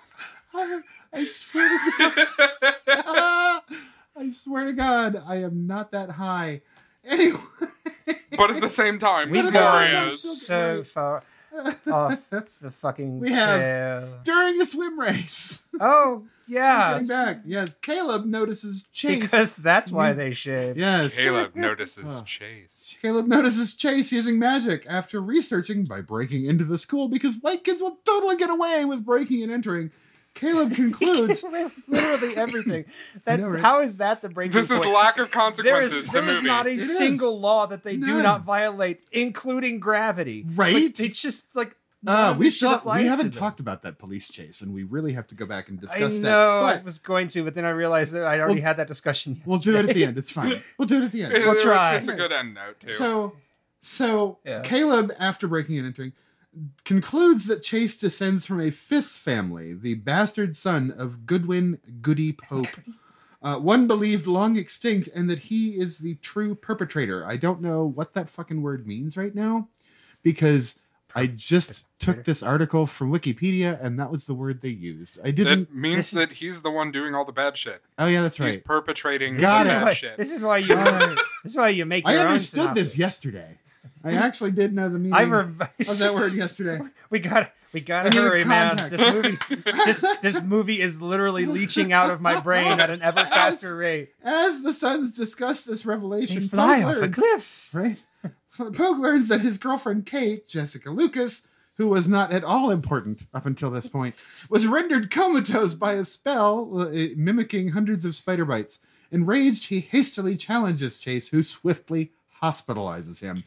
I swear to God. I swear to God, I am not that high. Anyway, but at the same time, We've gone Smorios. so far off the fucking We have- trail. during a swim race, Oh yeah, getting back, yes, Caleb notices Chase. because that's why they shave. yes, Caleb notices Huh. Chase. Caleb notices Chase using magic after researching by breaking into the school because white kids will totally get away with breaking and entering. Caleb concludes. literally everything. That's know, right? how is that the breaking This is point? lack There of is, consequences. there the is movie. not a It is. single law that they do None. not violate, including gravity. Right? Like, it's just like none Uh, of we it should still apply we to haven't them. talked about that police chase, and we really have to go back and I discuss know I that. But was going to, but then I realized that I'd already We'll- had that discussion. Yesterday. we'll do it at the end. It's fine. We'll do it at the end. It- it's- try. It's a good end note too. So, so Yeah. Caleb, after breaking and entering, concludes that Chase descends from a fifth family, the bastard son of Goodwin Goody Pope, uh, one believed long extinct, and that he is the true perpetrator. I don't know what that fucking word means right now, because I just took this article from Wikipedia, and that was the word they used. I didn't. That means that he's the one doing all the bad shit. oh yeah, that's He's right. perpetrating Got this, is the it. bad why, shit. this is why you. Alright. This is why you make. I your own understood this synopsis. yesterday. I actually did know the meaning I of revised that word yesterday. We got. We I gotta need a hurry, man. contact. This movie, this this movie is literally leaching out of my brain at an ever faster rate. As the sons discuss this They revelation, fly Pogue off a learns- cliff. right? Pogue learns that his girlfriend Kate, Jessica Lucas, who was not at all important up until this point, was rendered comatose by a spell uh, mimicking hundreds of spider bites. Enraged, he hastily challenges Chase, who swiftly hospitalizes him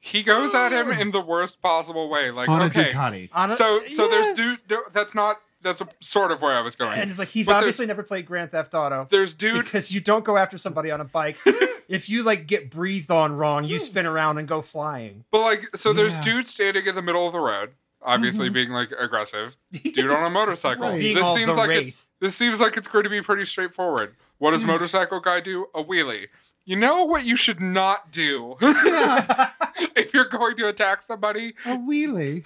He goes at him in the worst possible way. Like, on a okay, Ducati. On a- so so Yes. there's dude. That's not. That's a, sort of where I was going. and it's like he's But there's- obviously never played Grand Theft Auto. There's dude. because you don't go after somebody on a bike. if you like get breathed on wrong, Hmm. you spin around and go flying. But like, so there's Yeah. dude standing in the middle of the road, obviously being like aggressive. Dude on a motorcycle. Right. Being This all seems the like wraith. it's this seems like it's going to be pretty straightforward. What does motorcycle guy do? A wheelie. You know what you should not do Yeah, if you're going to attack somebody. a wheelie.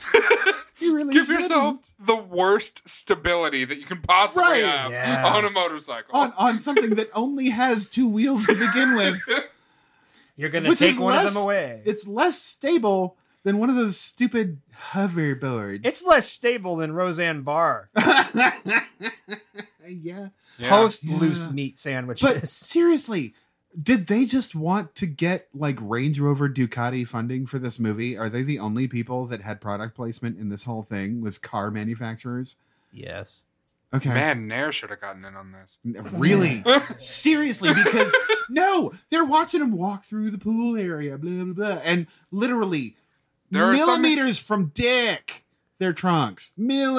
You really Give shouldn't. yourself the worst stability that you can possibly Right. have Yeah. on a motorcycle. on on something that only has two wheels to begin with. You're gonna Which take is one less- of them away. It's, It's less stable than one of those stupid hoverboards. less stable than Roseanne Barr yeah. Yeah. post Yeah. loose meat But sandwiches. seriously, did they just want to get like Range Rover Ducati funding for this movie? Are they the only people that had product placement in this whole thing? Was car manufacturers? yes, Okay. Man, Nair should have gotten in on this. Really? Seriously, because no, they're watching him walk through the pool area, blah blah blah, and literally There are some- millimeters from dick, their trunks,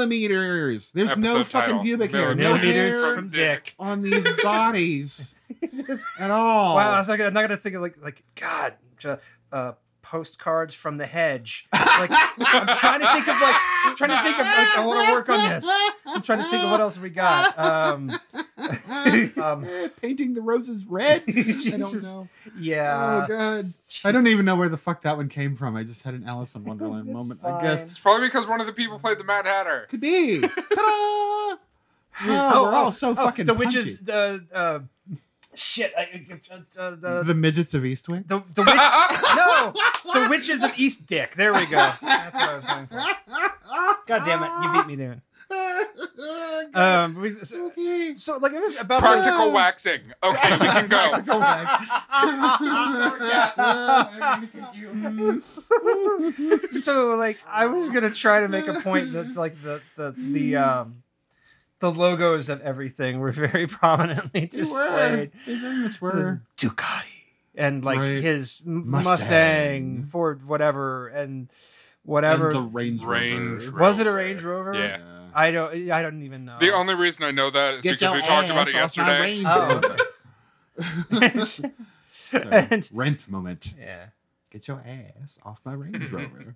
millimeters. There's no Episode fucking title. pubic hair, no Millimeters hair from dick. on these bodies wow. at all. I was like, I'm not gonna think of like like God. ju- Uh, postcards from the hedge. Like I'm trying to think of like I'm trying to think of like I want to work on this. I'm trying to think of what else we got. Um, um, Eh, Painting the roses red. I don't Jesus. know. yeah. oh god. I don't even know where the fuck that one came from. I just had an Alice in Wonderland It's moment. I guess fine. It's probably because one of the people played the Mad Hatter. could be. Ta-da! Oh, Oh, we're oh, all so oh, fucking the punchy. witches. The uh, shit. I, uh, uh, the the midgets of Eastwick. the, the witch. no, the witches of East Dick. There we go. That's what I was going for. God damn it, you beat me there. Ah! Um, we- so, okay. so, like it was about Practical waxing. Okay, we can go. Go back. Mm, the, so like I was gonna try to make a point that like the the the um the logos of everything were very prominently They were. displayed. They very much were. Ducati and like Right. his M- Mustang. Mustang. Ford, whatever, and whatever. And the Range Rover. Range Rover. was it a Range Rover? Yeah. I don't. I don't even know. The only reason I know that is because we talked about it yesterday. Oh. Sorry. And- Rent moment. yeah. Get your ass off my Range Rover. Anyway.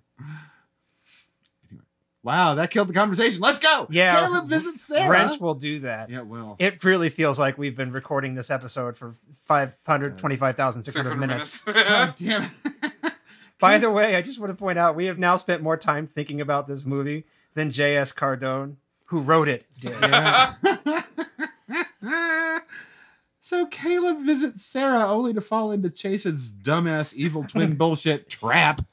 Wow, that killed the conversation. Let's go. Yeah. Caleb visits Sarah. Wrench will do that. Yeah, well. It really feels like we've been recording this episode for 525,600 600 minutes. minutes. God damn it. By the way, I just want to point out we have now spent more time thinking about this movie than J.S. Cardone, who wrote it, did. Yeah. so Caleb visits Sarah only to fall into Chase's dumbass evil twin bullshit trap.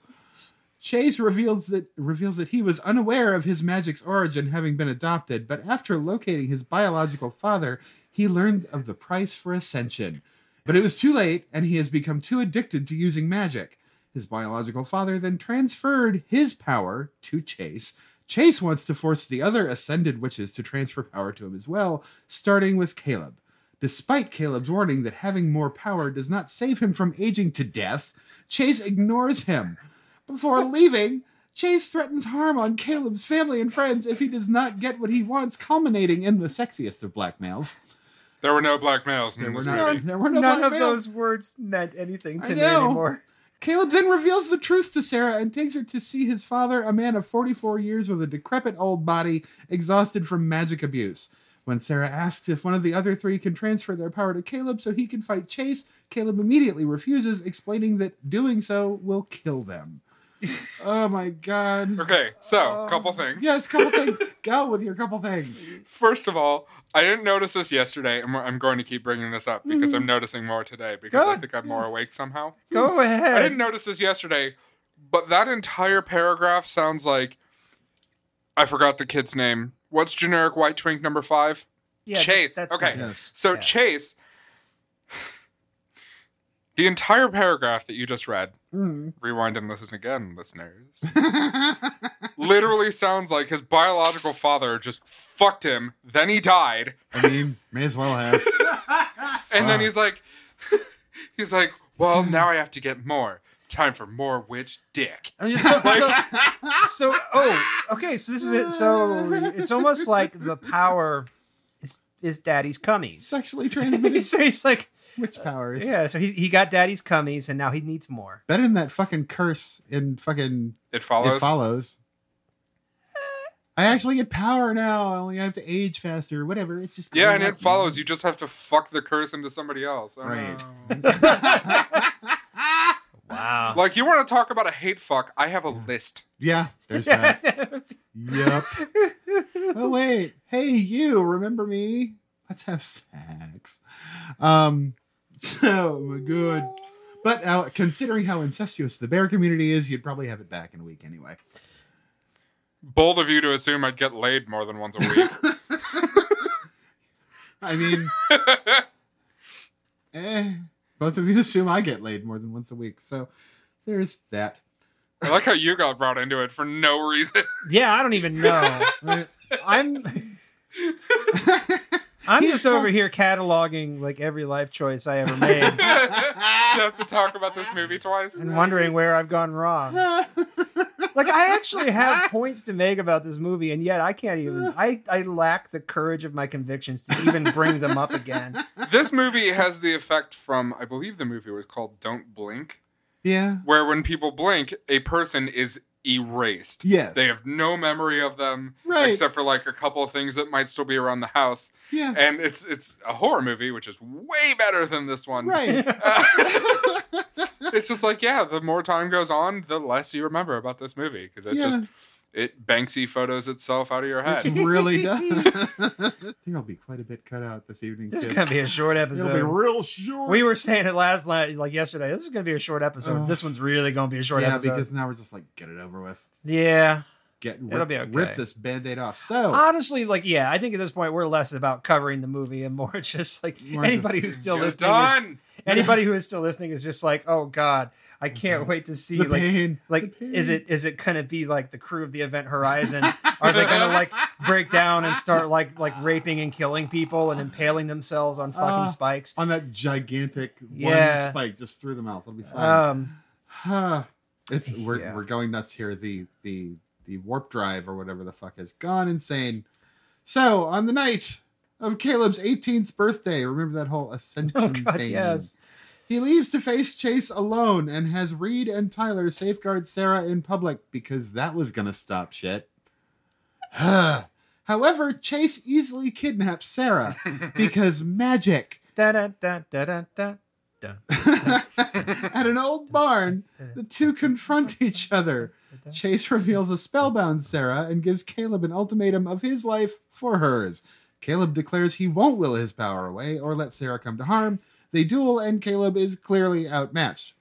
Chase reveals that reveals that he was unaware of his magic's origin having been adopted, but after locating his biological father, he learned of the price for ascension. But it was too late, and he has become too addicted to using magic. His biological father then transferred his power to Chase. Chase wants to force the other ascended witches to transfer power to him as well, starting with Caleb. Despite Caleb's warning that having more power does not save him from aging to death, Chase ignores him. Before leaving, Chase threatens harm on Caleb's family and friends if he does not get what he wants, culminating in the sexiest of blackmails. There were no black males in this not- movie. there were no None of blackmails. those words meant anything I to me know. anymore. Caleb then reveals the truth to Sarah and takes her to see his father, a man of 44 years with a decrepit old body, exhausted from magic abuse. When Sarah asks if one of the other three can transfer their power to Caleb so he can fight Chase, Caleb immediately refuses, explaining that doing so will kill them. Oh my god. Okay, Oh. so couple things. Yes, couple things. Go with your couple things. First of all, I didn't notice this yesterday, and we're- I'm going to keep bringing this up because I'm noticing more today because I Mm-hmm. Good. think I'm more awake somehow. Go I ahead. didn't notice this yesterday, but that entire paragraph sounds like I forgot the kid's name. What's generic white twink number five? Yeah, that's- Chase, that's okay. not- Yes. So Yeah. Chase, the entire paragraph that you just read, Mm. rewind and listen again, listeners, literally sounds like his biological father just fucked him, then he died, I mean, may as well have. and then Wow. he's like, he's like, well, now I have to get more. Time for more witch dick. And just so, so, so- oh, okay. So this is it. So it's almost like the power is is Daddy's cummies. Sexually transmitted so he's like, witch powers. yeah. So he he got Daddy's cummies, and now he needs more. Better than that fucking curse in fucking It follows. It follows. I actually get power now. I only have to age faster. Whatever. It's just Yeah, cool. and it follows. You just have to fuck the curse into somebody else. Oh, Right. no. Wow. like, you want to talk about a hate fuck? I have a list. Yeah, there's that. That's yep. Oh wait. Hey, you remember me? Let's have sex. Um. So my good. But uh, considering how incestuous the bear community is, you'd probably have it back in a week anyway. Bold of you to assume I'd get laid more than once a week. I mean, eh, both of you assume I get laid more than once a week, so there's that. I like how you got brought into it for no reason. yeah. I don't even know. Right. I'm. I'm just over here cataloging like every life choice I ever you made have to talk about this movie twice. and wondering where I've gone wrong. Like I actually have points to make about this movie, and yet I can't even. I I lack the courage of my convictions to even bring them up again. This movie has the effect from, I believe the movie was called Don't Blink, yeah. where when people blink, a person is erased. Yes. They have no memory of them, Right. except for like a couple of things that might still be around the house. yeah. and it's it's a horror movie, which is way better than this one. Uh, Right. it's just like yeah, the more time goes on, the less you remember about this movie because it Yeah. just it Banksy photos itself out of your It head. really does. There'll be quite a bit cut out this evening. This is kids. gonna be a short It'll be episode. real short. We were saying it last night, like yesterday. This is gonna be a short episode. Oh. This one's really gonna be a short yeah, episode. because now we're just like, get it over with. yeah, Get rip, It'll be okay. rip this band-aid off. So honestly, like yeah, I think at this point we're less about covering the movie and more just like More anybody just- who's still It was listening. Is, done. anybody who is still listening is just like, oh god, I can't wait to see the like pain. like The is pain. it is it gonna be like the crew of the event horizon are they gonna like break down and start like like raping and killing people and impaling themselves on fucking Uh, spikes on that gigantic Yeah. one spike just through the mouth. It'll be fine. um Huh. It's we're Yeah. we're going nuts here. The the the warp drive or whatever the fuck has gone insane. So on the night of Caleb's 18th birthday, remember that whole ascension oh god thing? yes He leaves to face Chase alone and has Reed and Tyler safeguard Sarah in public because that was gonna stop shit. Huh. However, Chase easily kidnaps Sarah because magic da, da, da, da, da, da. at an old barn the two confront each other. Chase reveals a spellbound Sarah and gives Caleb an ultimatum of his life for hers. Caleb declares he won't will his power away or let Sarah come to harm. They duel, and Caleb is clearly outmatched.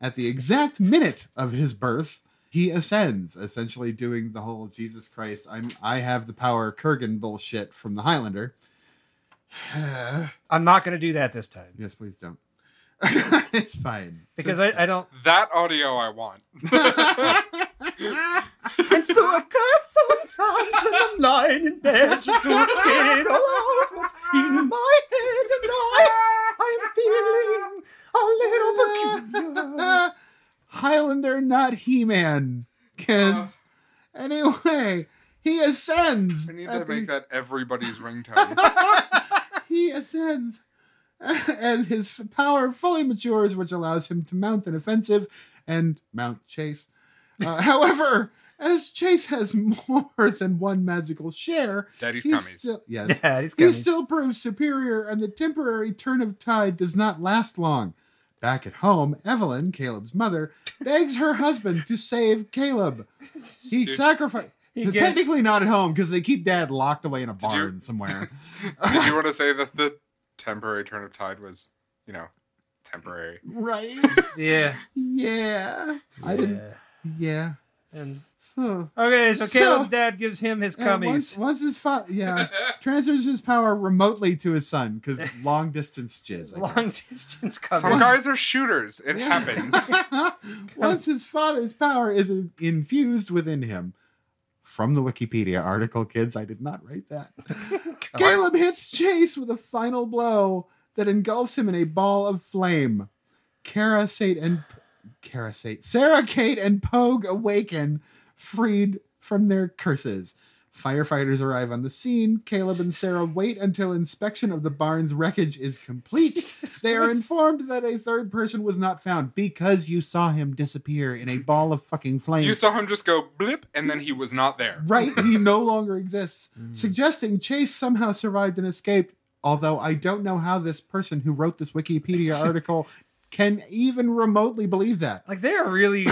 At the exact minute of his birth, he ascends, essentially doing the whole Jesus Christ, I'm, I have the power Kurgan bullshit from the Highlander. Uh, i'm not gonna do that this time yes, please don't. it's fine. because I, I don't That audio I want. and so i curse sometimes when i'm lying in bed just to get all out what's in my head and i i'm feeling a little peculiar Highlander, not He Man, kids. Uh-huh. anyway, he ascends. I need to at make the- that everybody's ringtone. He ascends. And his power fully matures, which allows him to mount an offensive and mount Chase. Uh, however, as Chase has more than one magical share, Daddy's he's tummies. still- yes, yeah, he's He coming. still proves superior, and the temporary turn of tide does not last long. Back at home, Evelyn, Caleb's mother, begs her husband to save Caleb. He Dude. sacrificed. He gets- Technically not at home because they keep dad locked away in a you- barn somewhere. Did you want to say that the temporary turn of tide was, you know, temporary? right? Yeah. Yeah. I didn't. Yeah. Yeah. And Huh. okay, so So- Caleb's dad gives him his And once, cummies. once his fa- yeah, transfers his power remotely to his son because long distance jizz. I Long distance Some cummies. guys are shooters. It happens. Once his father's power is in- infused within him. From the Wikipedia article, kids, I did not write that. Caleb hits Chase with a final blow that engulfs him in a ball of flame. Kara, Sate, and Kara, Sate, Sarah, Kate, and Pogue awaken, freed from their curses. Firefighters arrive on the scene. Caleb and Sarah wait until inspection of the barn's wreckage is complete. Jesus They are Christ. informed that a third person was not found because you saw him disappear in a ball of fucking flame. You saw him just go blip, and then he was not there. right, he no longer exists, suggesting Chase somehow survived and escaped. Although I don't know how this person who wrote this Wikipedia article can even remotely believe that. Like they are really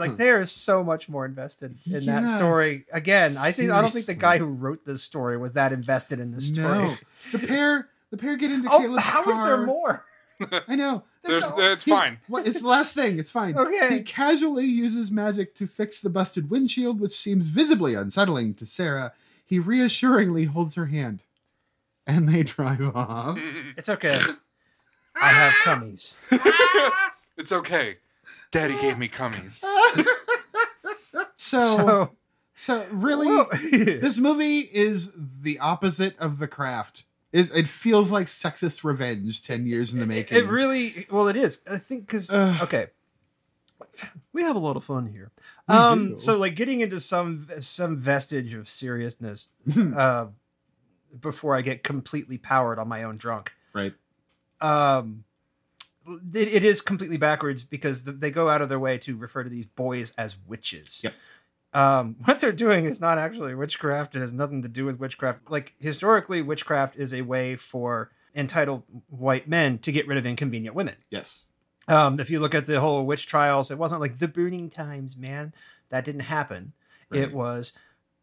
like they are so much more invested in Yeah. that story. Again, I think I don't think the Seriously. guy who wrote this story was that invested in this story. No, the pair, the pair get into Oh, Caleb's how is there car. more? I know. There's, all- it's He- fine. Well, it's the last thing. It's fine. Okay. He casually uses magic to fix the busted windshield, which seems visibly unsettling to Sarah. He reassuringly holds her hand. And they drive off. It's okay. I have Ah! cummies. it's okay. Daddy gave me cummies. So, so, So really, Whoa. this movie is the opposite of The Craft. It, it feels like sexist revenge 10 years in the making. It really well, it is. I think because Ugh. okay, we have a lot of fun here. We Um, do. so like getting into some some vestige of seriousness uh, before I get completely powered on my own drunk. right. Um, it, it is completely backwards because th- they go out of their way to refer to these boys as witches. Yep. Um, what they're doing is not actually witchcraft. It has nothing to do with witchcraft. Like historically, witchcraft is a way for entitled white men to get rid of inconvenient women. Yes. Um, if you look at the whole witch trials, it wasn't like the burning times, man. That didn't happen. Right. It was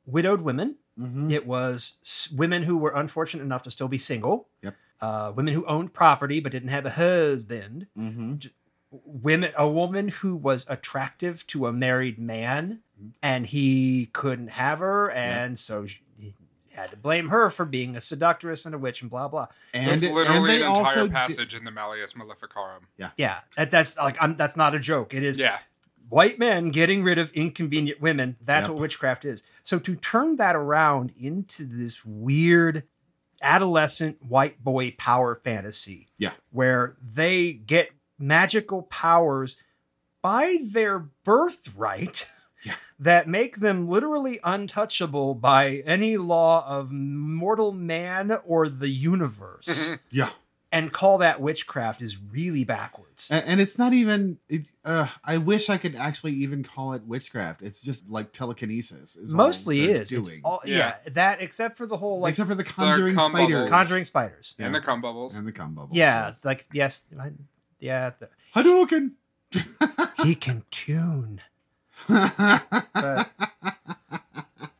widowed women. Mhm. It was s- women who were unfortunate enough to still be single. Yep. Uh, women who owned property but didn't have a husband. Mhm. Women, a woman who was attractive to a married man, Mm-hmm. and he couldn't have her, and so she, he had to blame her for being a seductress and a witch and blah blah. And, It's it- literally and they an entire also di- passage in the Malleus Maleficarum. Yeah, that, that's like I'm, that's not a joke. It is Yeah. white men getting rid of inconvenient women. That's Yep. what witchcraft is. So to turn that around into this weird adolescent white boy power fantasy, Yeah. where they get magical powers by their birthright. Yeah. That make them literally untouchable by any law of mortal man or the universe, yeah. and call that witchcraft is really backwards. And, and it's not even. It, uh, I wish I could actually even call it witchcraft. It's just like telekinesis. Is all mostly they're is doing, It's all, yeah. Yeah. that except for the whole like except for the conjuring cum spiders, bubbles. conjuring spiders Yeah. And the cum bubbles. and the cum bubbles. yeah it's like yes I- yeah the- Hadouken. he can tune but,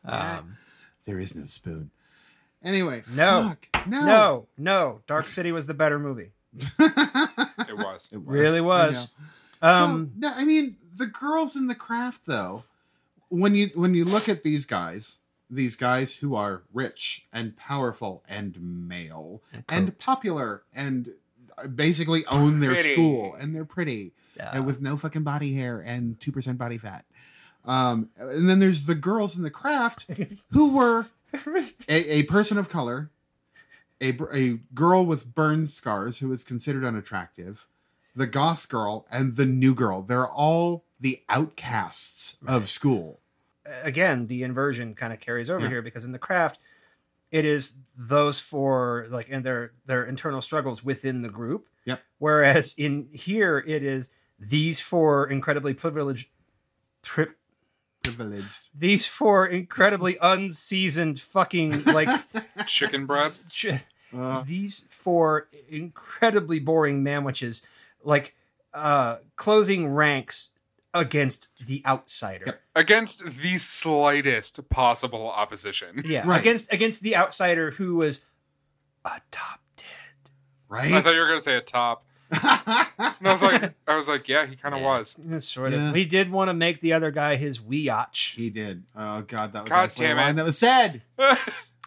um, there is no spoon. Anyway, No. fuck, no, no no dark city was the better movie It was. It was. really I was know. um so, no, I mean the girls in the craft though. When you when you look at these guys, these guys who are rich and powerful and male and popular and uh, basically own their Pretty. school and they're pretty yeah. and with no fucking body hair and 2% body fat. Um, and then there's the girls in the craft who were a, a person of color, a, br- a girl with burn scars who is considered unattractive, the goth girl, and the new girl. They're all the outcasts of school. again the inversion kind of carries over Yeah. here because in the craft it is those four like and their their internal struggles within the group Yep. whereas in here it is these four incredibly privileged pri- Privileged. these four incredibly unseasoned fucking like Chicken breasts. ch- Uh, these four incredibly boring manwiches like uh, closing ranks against the outsider. against the slightest possible opposition. Yeah, Right. against against the outsider who was adopted. Right? I thought you were gonna say a top, and I was like, I was like, yeah, he kind of was. Yeah, uh, Sort Yeah. of. We did want to make the other guy his weatch. he did. Oh God, that was God actually a damn it. line that was said.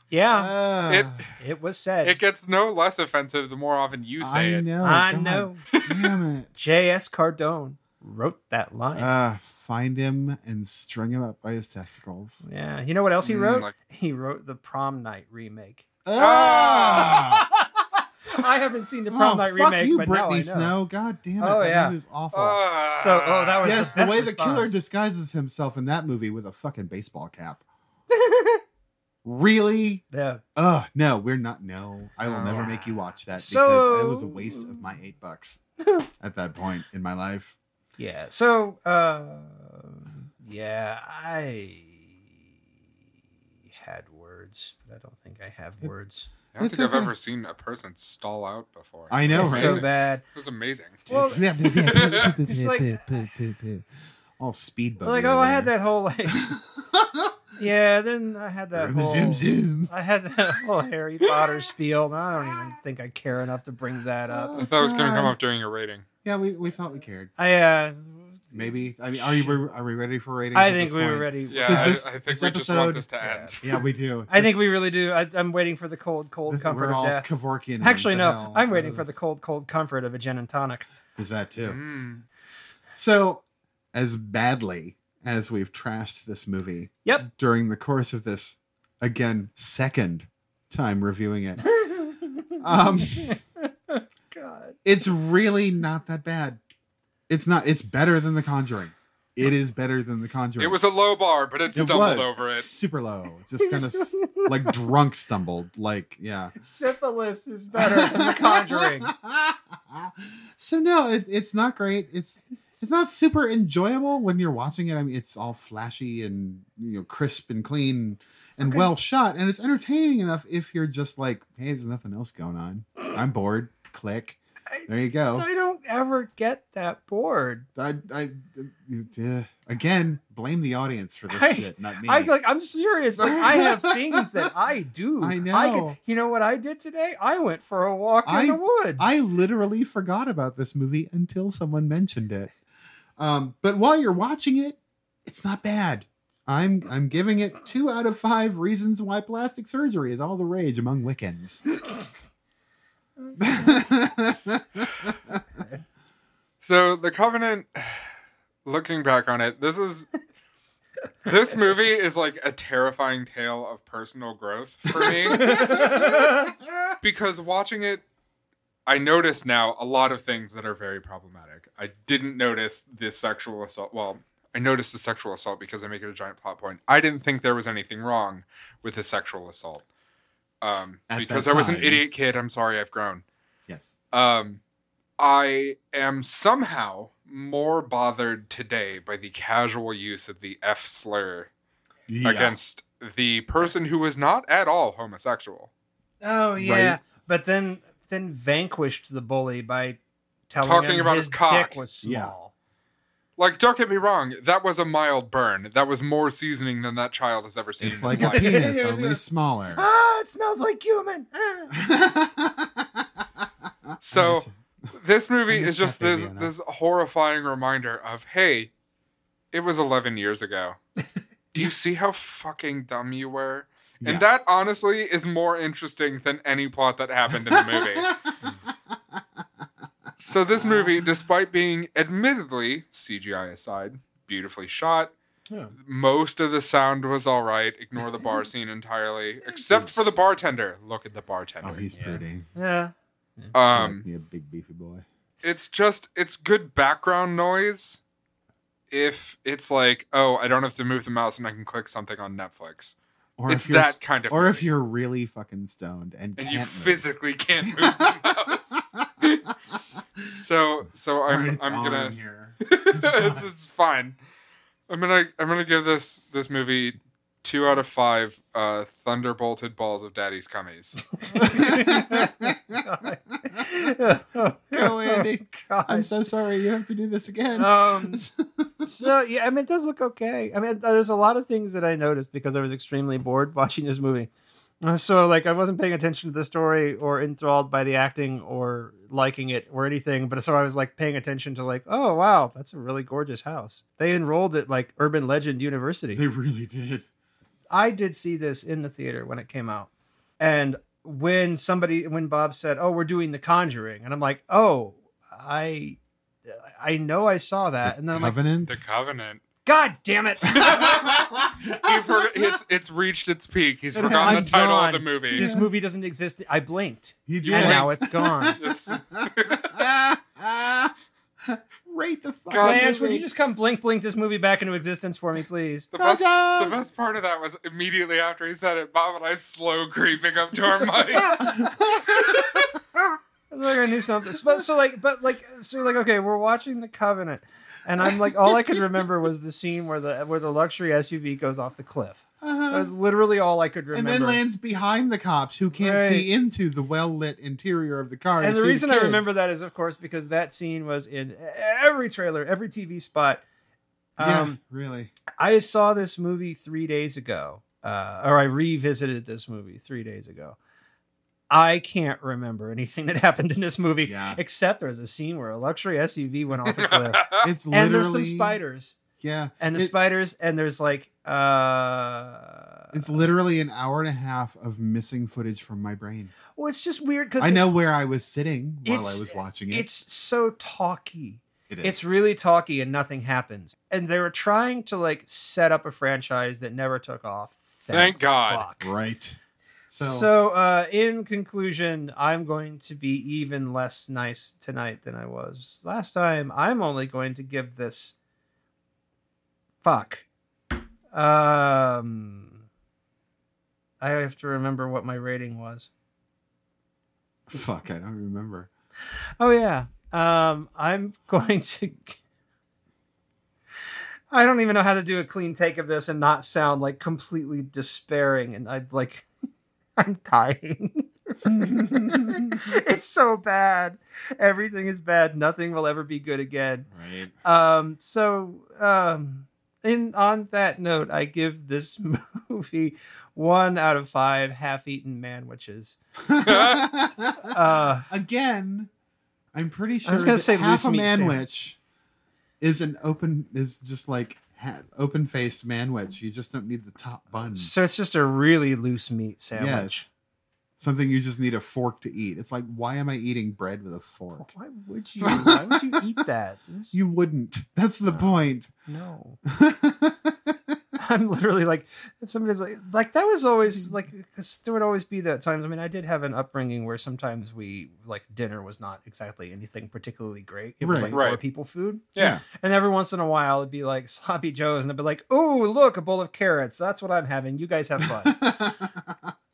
Yeah, Ah, it was said. It gets no less offensive the more often you I say it. know. I Oh God know. Damn it. J.S. Cardone wrote that line. Ah, find him and string him up by his testicles. yeah, you know what else he Mm, wrote? like- he wrote the Prom Night remake. Ah! I haven't seen the Prom Night Oh, fuck remake, you, but now I know. Brittany Snow. God damn it. Oh, that yeah. movie was awful. Ah. So- oh, that was- yes, the the, best way the response. killer disguises himself in that movie with a fucking baseball cap. really? Yeah. Ugh, no, we're not. No, I will Oh. never make you watch that because So- it was a waste of my eight bucks at that point in my life. Yeah. So, uh, yeah, I had words, but I don't think I have words. I don't It's think I've okay. ever seen a person stall out before. I know, it's right? so bad. It was amazing. Well, it's like- all speed buggy. Like, oh, I had that whole like, yeah. Then I had that whole. Zoom, zoom. I had that whole Harry Potter spiel. And I don't even think I care enough to bring that up. I thought it was gonna uh, come up during your rating. Yeah, we, we thought we cared. I uh, Maybe. I mean, are you are we ready for ratings? I at think this we were point? ready. Yeah, 'Cause I, this- I think this we just want episode- this to end. Yeah, we do. I think we really do. I, I'm waiting for the cold, cold This- comfort we're of all death. Kevorkian. Actually, the no. hell out I'm of waiting for the this. cold, Mm-hmm. cold comfort of a gin and tonic. Is that too? Mm. So, as badly as we've trashed this movie Yep. during the course of this, again, second time reviewing it, um, God. it's really not that bad. It's not, it's better than The Conjuring. It is better than The Conjuring. It was a low bar, but it It stumbled was over it. Super low. Just kind of like drunk stumbled. Like, yeah. Syphilis is better than The Conjuring. so no, it, it's not great. It's it's not super enjoyable when you're watching it. I mean, it's all flashy and you know crisp and clean and Okay. well shot, and it's entertaining enough if you're just like, hey, there's nothing else going on. I'm bored. Click. I- There you So go. I don't ever get that bored. I, I, uh, again, blame the audience for this I- shit, not me. I like. I'm serious. Like I have things that I do. I know. can- you know what I did today? I went for a walk I- in the woods. I literally forgot about this movie until someone mentioned it. Um, but while you're watching it, it's not bad. I'm I'm giving it two out of five reasons why plastic surgery is all the rage among Wiccans. So the Covenant, looking back on it, this is this movie is like a terrifying tale of personal growth for me because watching it, I notice now a lot of things that are very problematic. I didn't notice the sexual assault. Well, I noticed the sexual assault because I make it a giant plot point. I didn't think there was anything wrong with the sexual assault um, At that because I was an time. idiot kid. I'm sorry, I've grown yes. um, I am somehow more bothered today by the casual use of the F slur Yeah. against the person who was not at all homosexual. oh yeah, Right. but then then vanquished the bully by telling Talking him about his his cock. dick was Yeah. small. Like, don't get me wrong, that was a mild burn. That was more seasoning than that child has ever seen. It's in like his a life. penis, only smaller. Ah, it smells like human. Ah. so this movie miss is just that baby, this Anna. this horrifying reminder of hey, it was 11 years ago. Do you see how fucking dumb you were? Yeah. And that honestly is more interesting than any plot that happened in the movie. so this movie, despite being admittedly CGI aside, beautifully shot, Yeah. most of the sound was all right. Ignore the bar scene entirely, except for the bartender. Look at the bartender. oh, he's Yeah. pretty. Yeah. um, like me, a big beefy boy. it's just it's good background noise if it's like oh i don't have to move the mouse and i can click something on netflix Or it's if you're that kind of or if movie. you're really fucking stoned and and can't you move. physically can't move the mouse so so i'm Alright, it's i'm on gonna here. it's, it's fine i'm gonna i'm gonna give this this movie two out of five uh thunderbolted balls of daddy's cummies Go, Andy. God. I'm so sorry you have to do this again. Um, so yeah, I mean, it does look okay. I mean, uh, there's a lot of things that I noticed because I was extremely bored watching this movie. Uh, So like, I wasn't paying attention to the story or enthralled by the acting or liking it or anything. But so I was like paying attention to like, oh wow, that's a really gorgeous house. They enrolled at like Urban Legend University. They really did. I did see this in the theater when it came out. And when somebody when Bob said, "Oh, we're doing The Conjuring." And I'm like, "Oh, I I know I saw that." uh, And then I'm like, Covenant. The Covenant. "God damn it." He for, it's it's reached its peak. He's It forgotten has the title gone. of the movie. This movie doesn't exist. I blinked. he You And did. now it's gone. It's, Rate the fuck. God, Lance, would you just come blink blink this movie back into existence for me, please? the, best, the Contact! best part of that was immediately after he said it, Bob and I slow creeping up to our mics. I was like I knew something. But so like, but like, so like, okay, we're watching The Covenant, and I'm like, all I could remember was the scene where the where the luxury SUV goes off the cliff. That Uh-huh. was literally all I could And remember. then lands behind the cops who can't Right. see into the well lit interior of the car. to And the see reason I kids. remember that is, of course, because that scene was in every trailer, every TV spot. Um, yeah, really. I saw this movie three days ago, uh, or I revisited this movie three days ago. I can't remember anything that happened in this movie Yeah. except there was a scene where a luxury SUV went off a cliff, It's literally. and there's some spiders, Yeah. and the It- spiders, and there's like, uh, It's literally an hour and a half of missing footage from my brain. well, it's just weird because I know where I was sitting while I it's- was watching it. it's so talky. It is. It's really talky and nothing happens. And they were trying to like set up a franchise that never took off. Thank God. fuck. right. so, So, uh, in conclusion, I'm going to be even less nice tonight than I was last time. I'm only going to give this fuck. Um, I have to remember what my rating was. Fuck, I don't remember. Oh yeah. Um, I'm going to. I don't even know how to do a clean take of this and not sound like completely despairing. And I'd like, I'm dying. it's so bad. Everything is bad. Nothing will ever be good again. Right. Um, so, um, in on that note, I give this movie one out of five half-eaten manwiches. Uh, again, I'm pretty sure I was gonna that say loose half a meat manwich is an open is just like ha- open faced manwich. You just don't need the top bun. so it's just a really loose meat sandwich. Hmm. Yes. Something you just need a fork to eat. It's like why am I eating bread with a fork? Why would you? Why would you eat that? There's- You wouldn't. That's the No. point. no. I'm literally like, if somebody's like, like that was always like, because there would always be that times. I mean, I did have an upbringing where sometimes we like dinner was not exactly anything particularly great. It was Right. like poor Right. people food, Yeah. and every once in a while it'd be like sloppy joes, and it'd be like, oh look, a bowl of carrots. That's what I'm having. You guys have fun.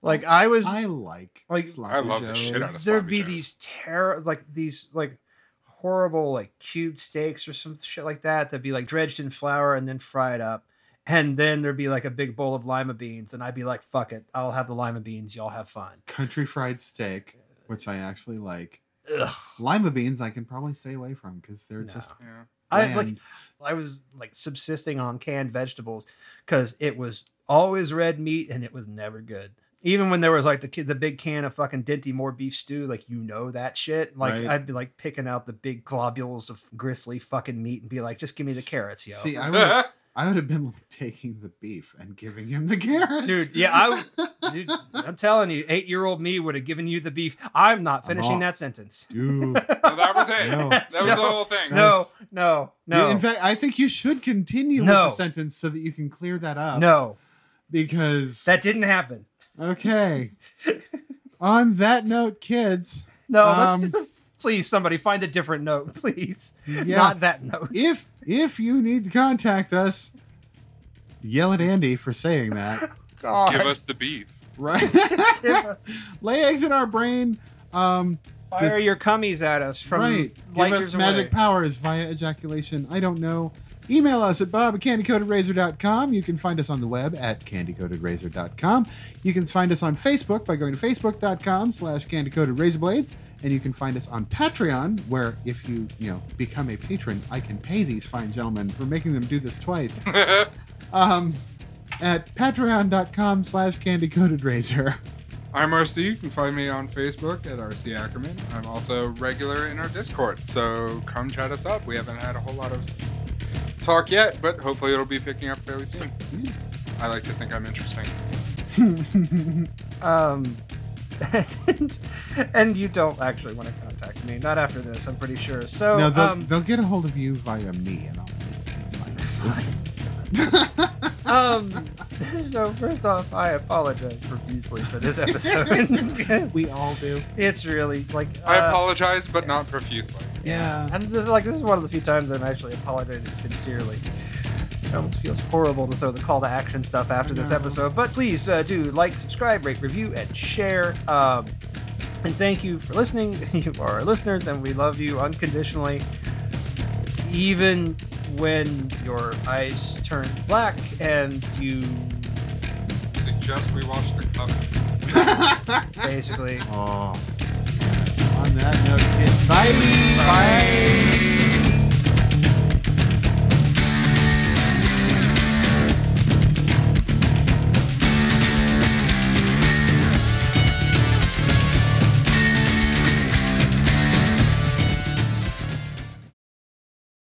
like I was I like Like- sloppy I love the shit joes. out of there'd Sloppy be Joes. these terror like these like horrible like cubed steaks or some shit like that that'd be like dredged in flour and then fried up and then there'd be like a big bowl of lima beans and i'd be like fuck it i'll have the lima beans y'all have fun country fried steak, which I actually like. Ugh. Lima beans, I can probably stay away from because they're No. just Yeah. i like bland. i was like subsisting on canned vegetables because it was always red meat and it was never good even when there was like the ki- the big can of fucking Dinty Moore beef stew, like you know that shit. Like Right. I'd be like picking out the big globules of gristly fucking meat and be like, just give me the carrots, yo. See, I would I would have been like taking the beef and giving him the carrots. dude, yeah, I, dude, I'm telling you, eight year old me would have given you the beef. I'm not finishing off. that sentence. Dude. Well, that was it. No. That was the No. whole thing. No, no, In no, fact, I think you should continue No. with the sentence so that you can clear that up. no. Because That didn't happen. okay. On that note, kids, No, Um, let's, please, somebody find a different note, please. Yeah. Not that note. if if you need to contact us, yell at Andy for saying that. God. Oh, Give us the beef. Right? Give us- Lay eggs in our brain. Um, Fire Just- your cummies at us from right. Give light us years magic away. powers via ejaculation. I don't know. Email us at bob at candycoatedrazor.com. You can find us on the web at candycoatedrazor.com. You can find us on Facebook by going to facebook.com slash candycoatedrazorblades. And you can find us on Patreon, where if you, you know, become a patron, I can pay these fine gentlemen for making them do this twice. um, at patreon.com slash candy-coated razor. I'm RC. You can find me on Facebook at RC Ackerman. I'm also regular in our Discord, so come chat us up. We haven't had a whole lot of talk yet, but hopefully it'll be picking up fairly soon. I like to think I'm interesting. Um, and, and you don't actually want to contact me. Not after this, I'm pretty sure. So, no, they'll, um, they'll get a hold of you via me, and I'll make them sign um, so first off, I apologize profusely for this episode. it. we all do. it's really like I uh, apologize, but not profusely. Yeah. And th- like this is one of the few times I'm actually apologizing sincerely. It almost feels horrible to throw the call to action stuff after this know. episode, but please uh, do like, subscribe, rate, review, and share. Um, and thank you for listening. You are our listeners, and we love you unconditionally, even when your eyes turn black and you Suggest we watch the cover. basically. Oh. On that note, kids, bye. Bye.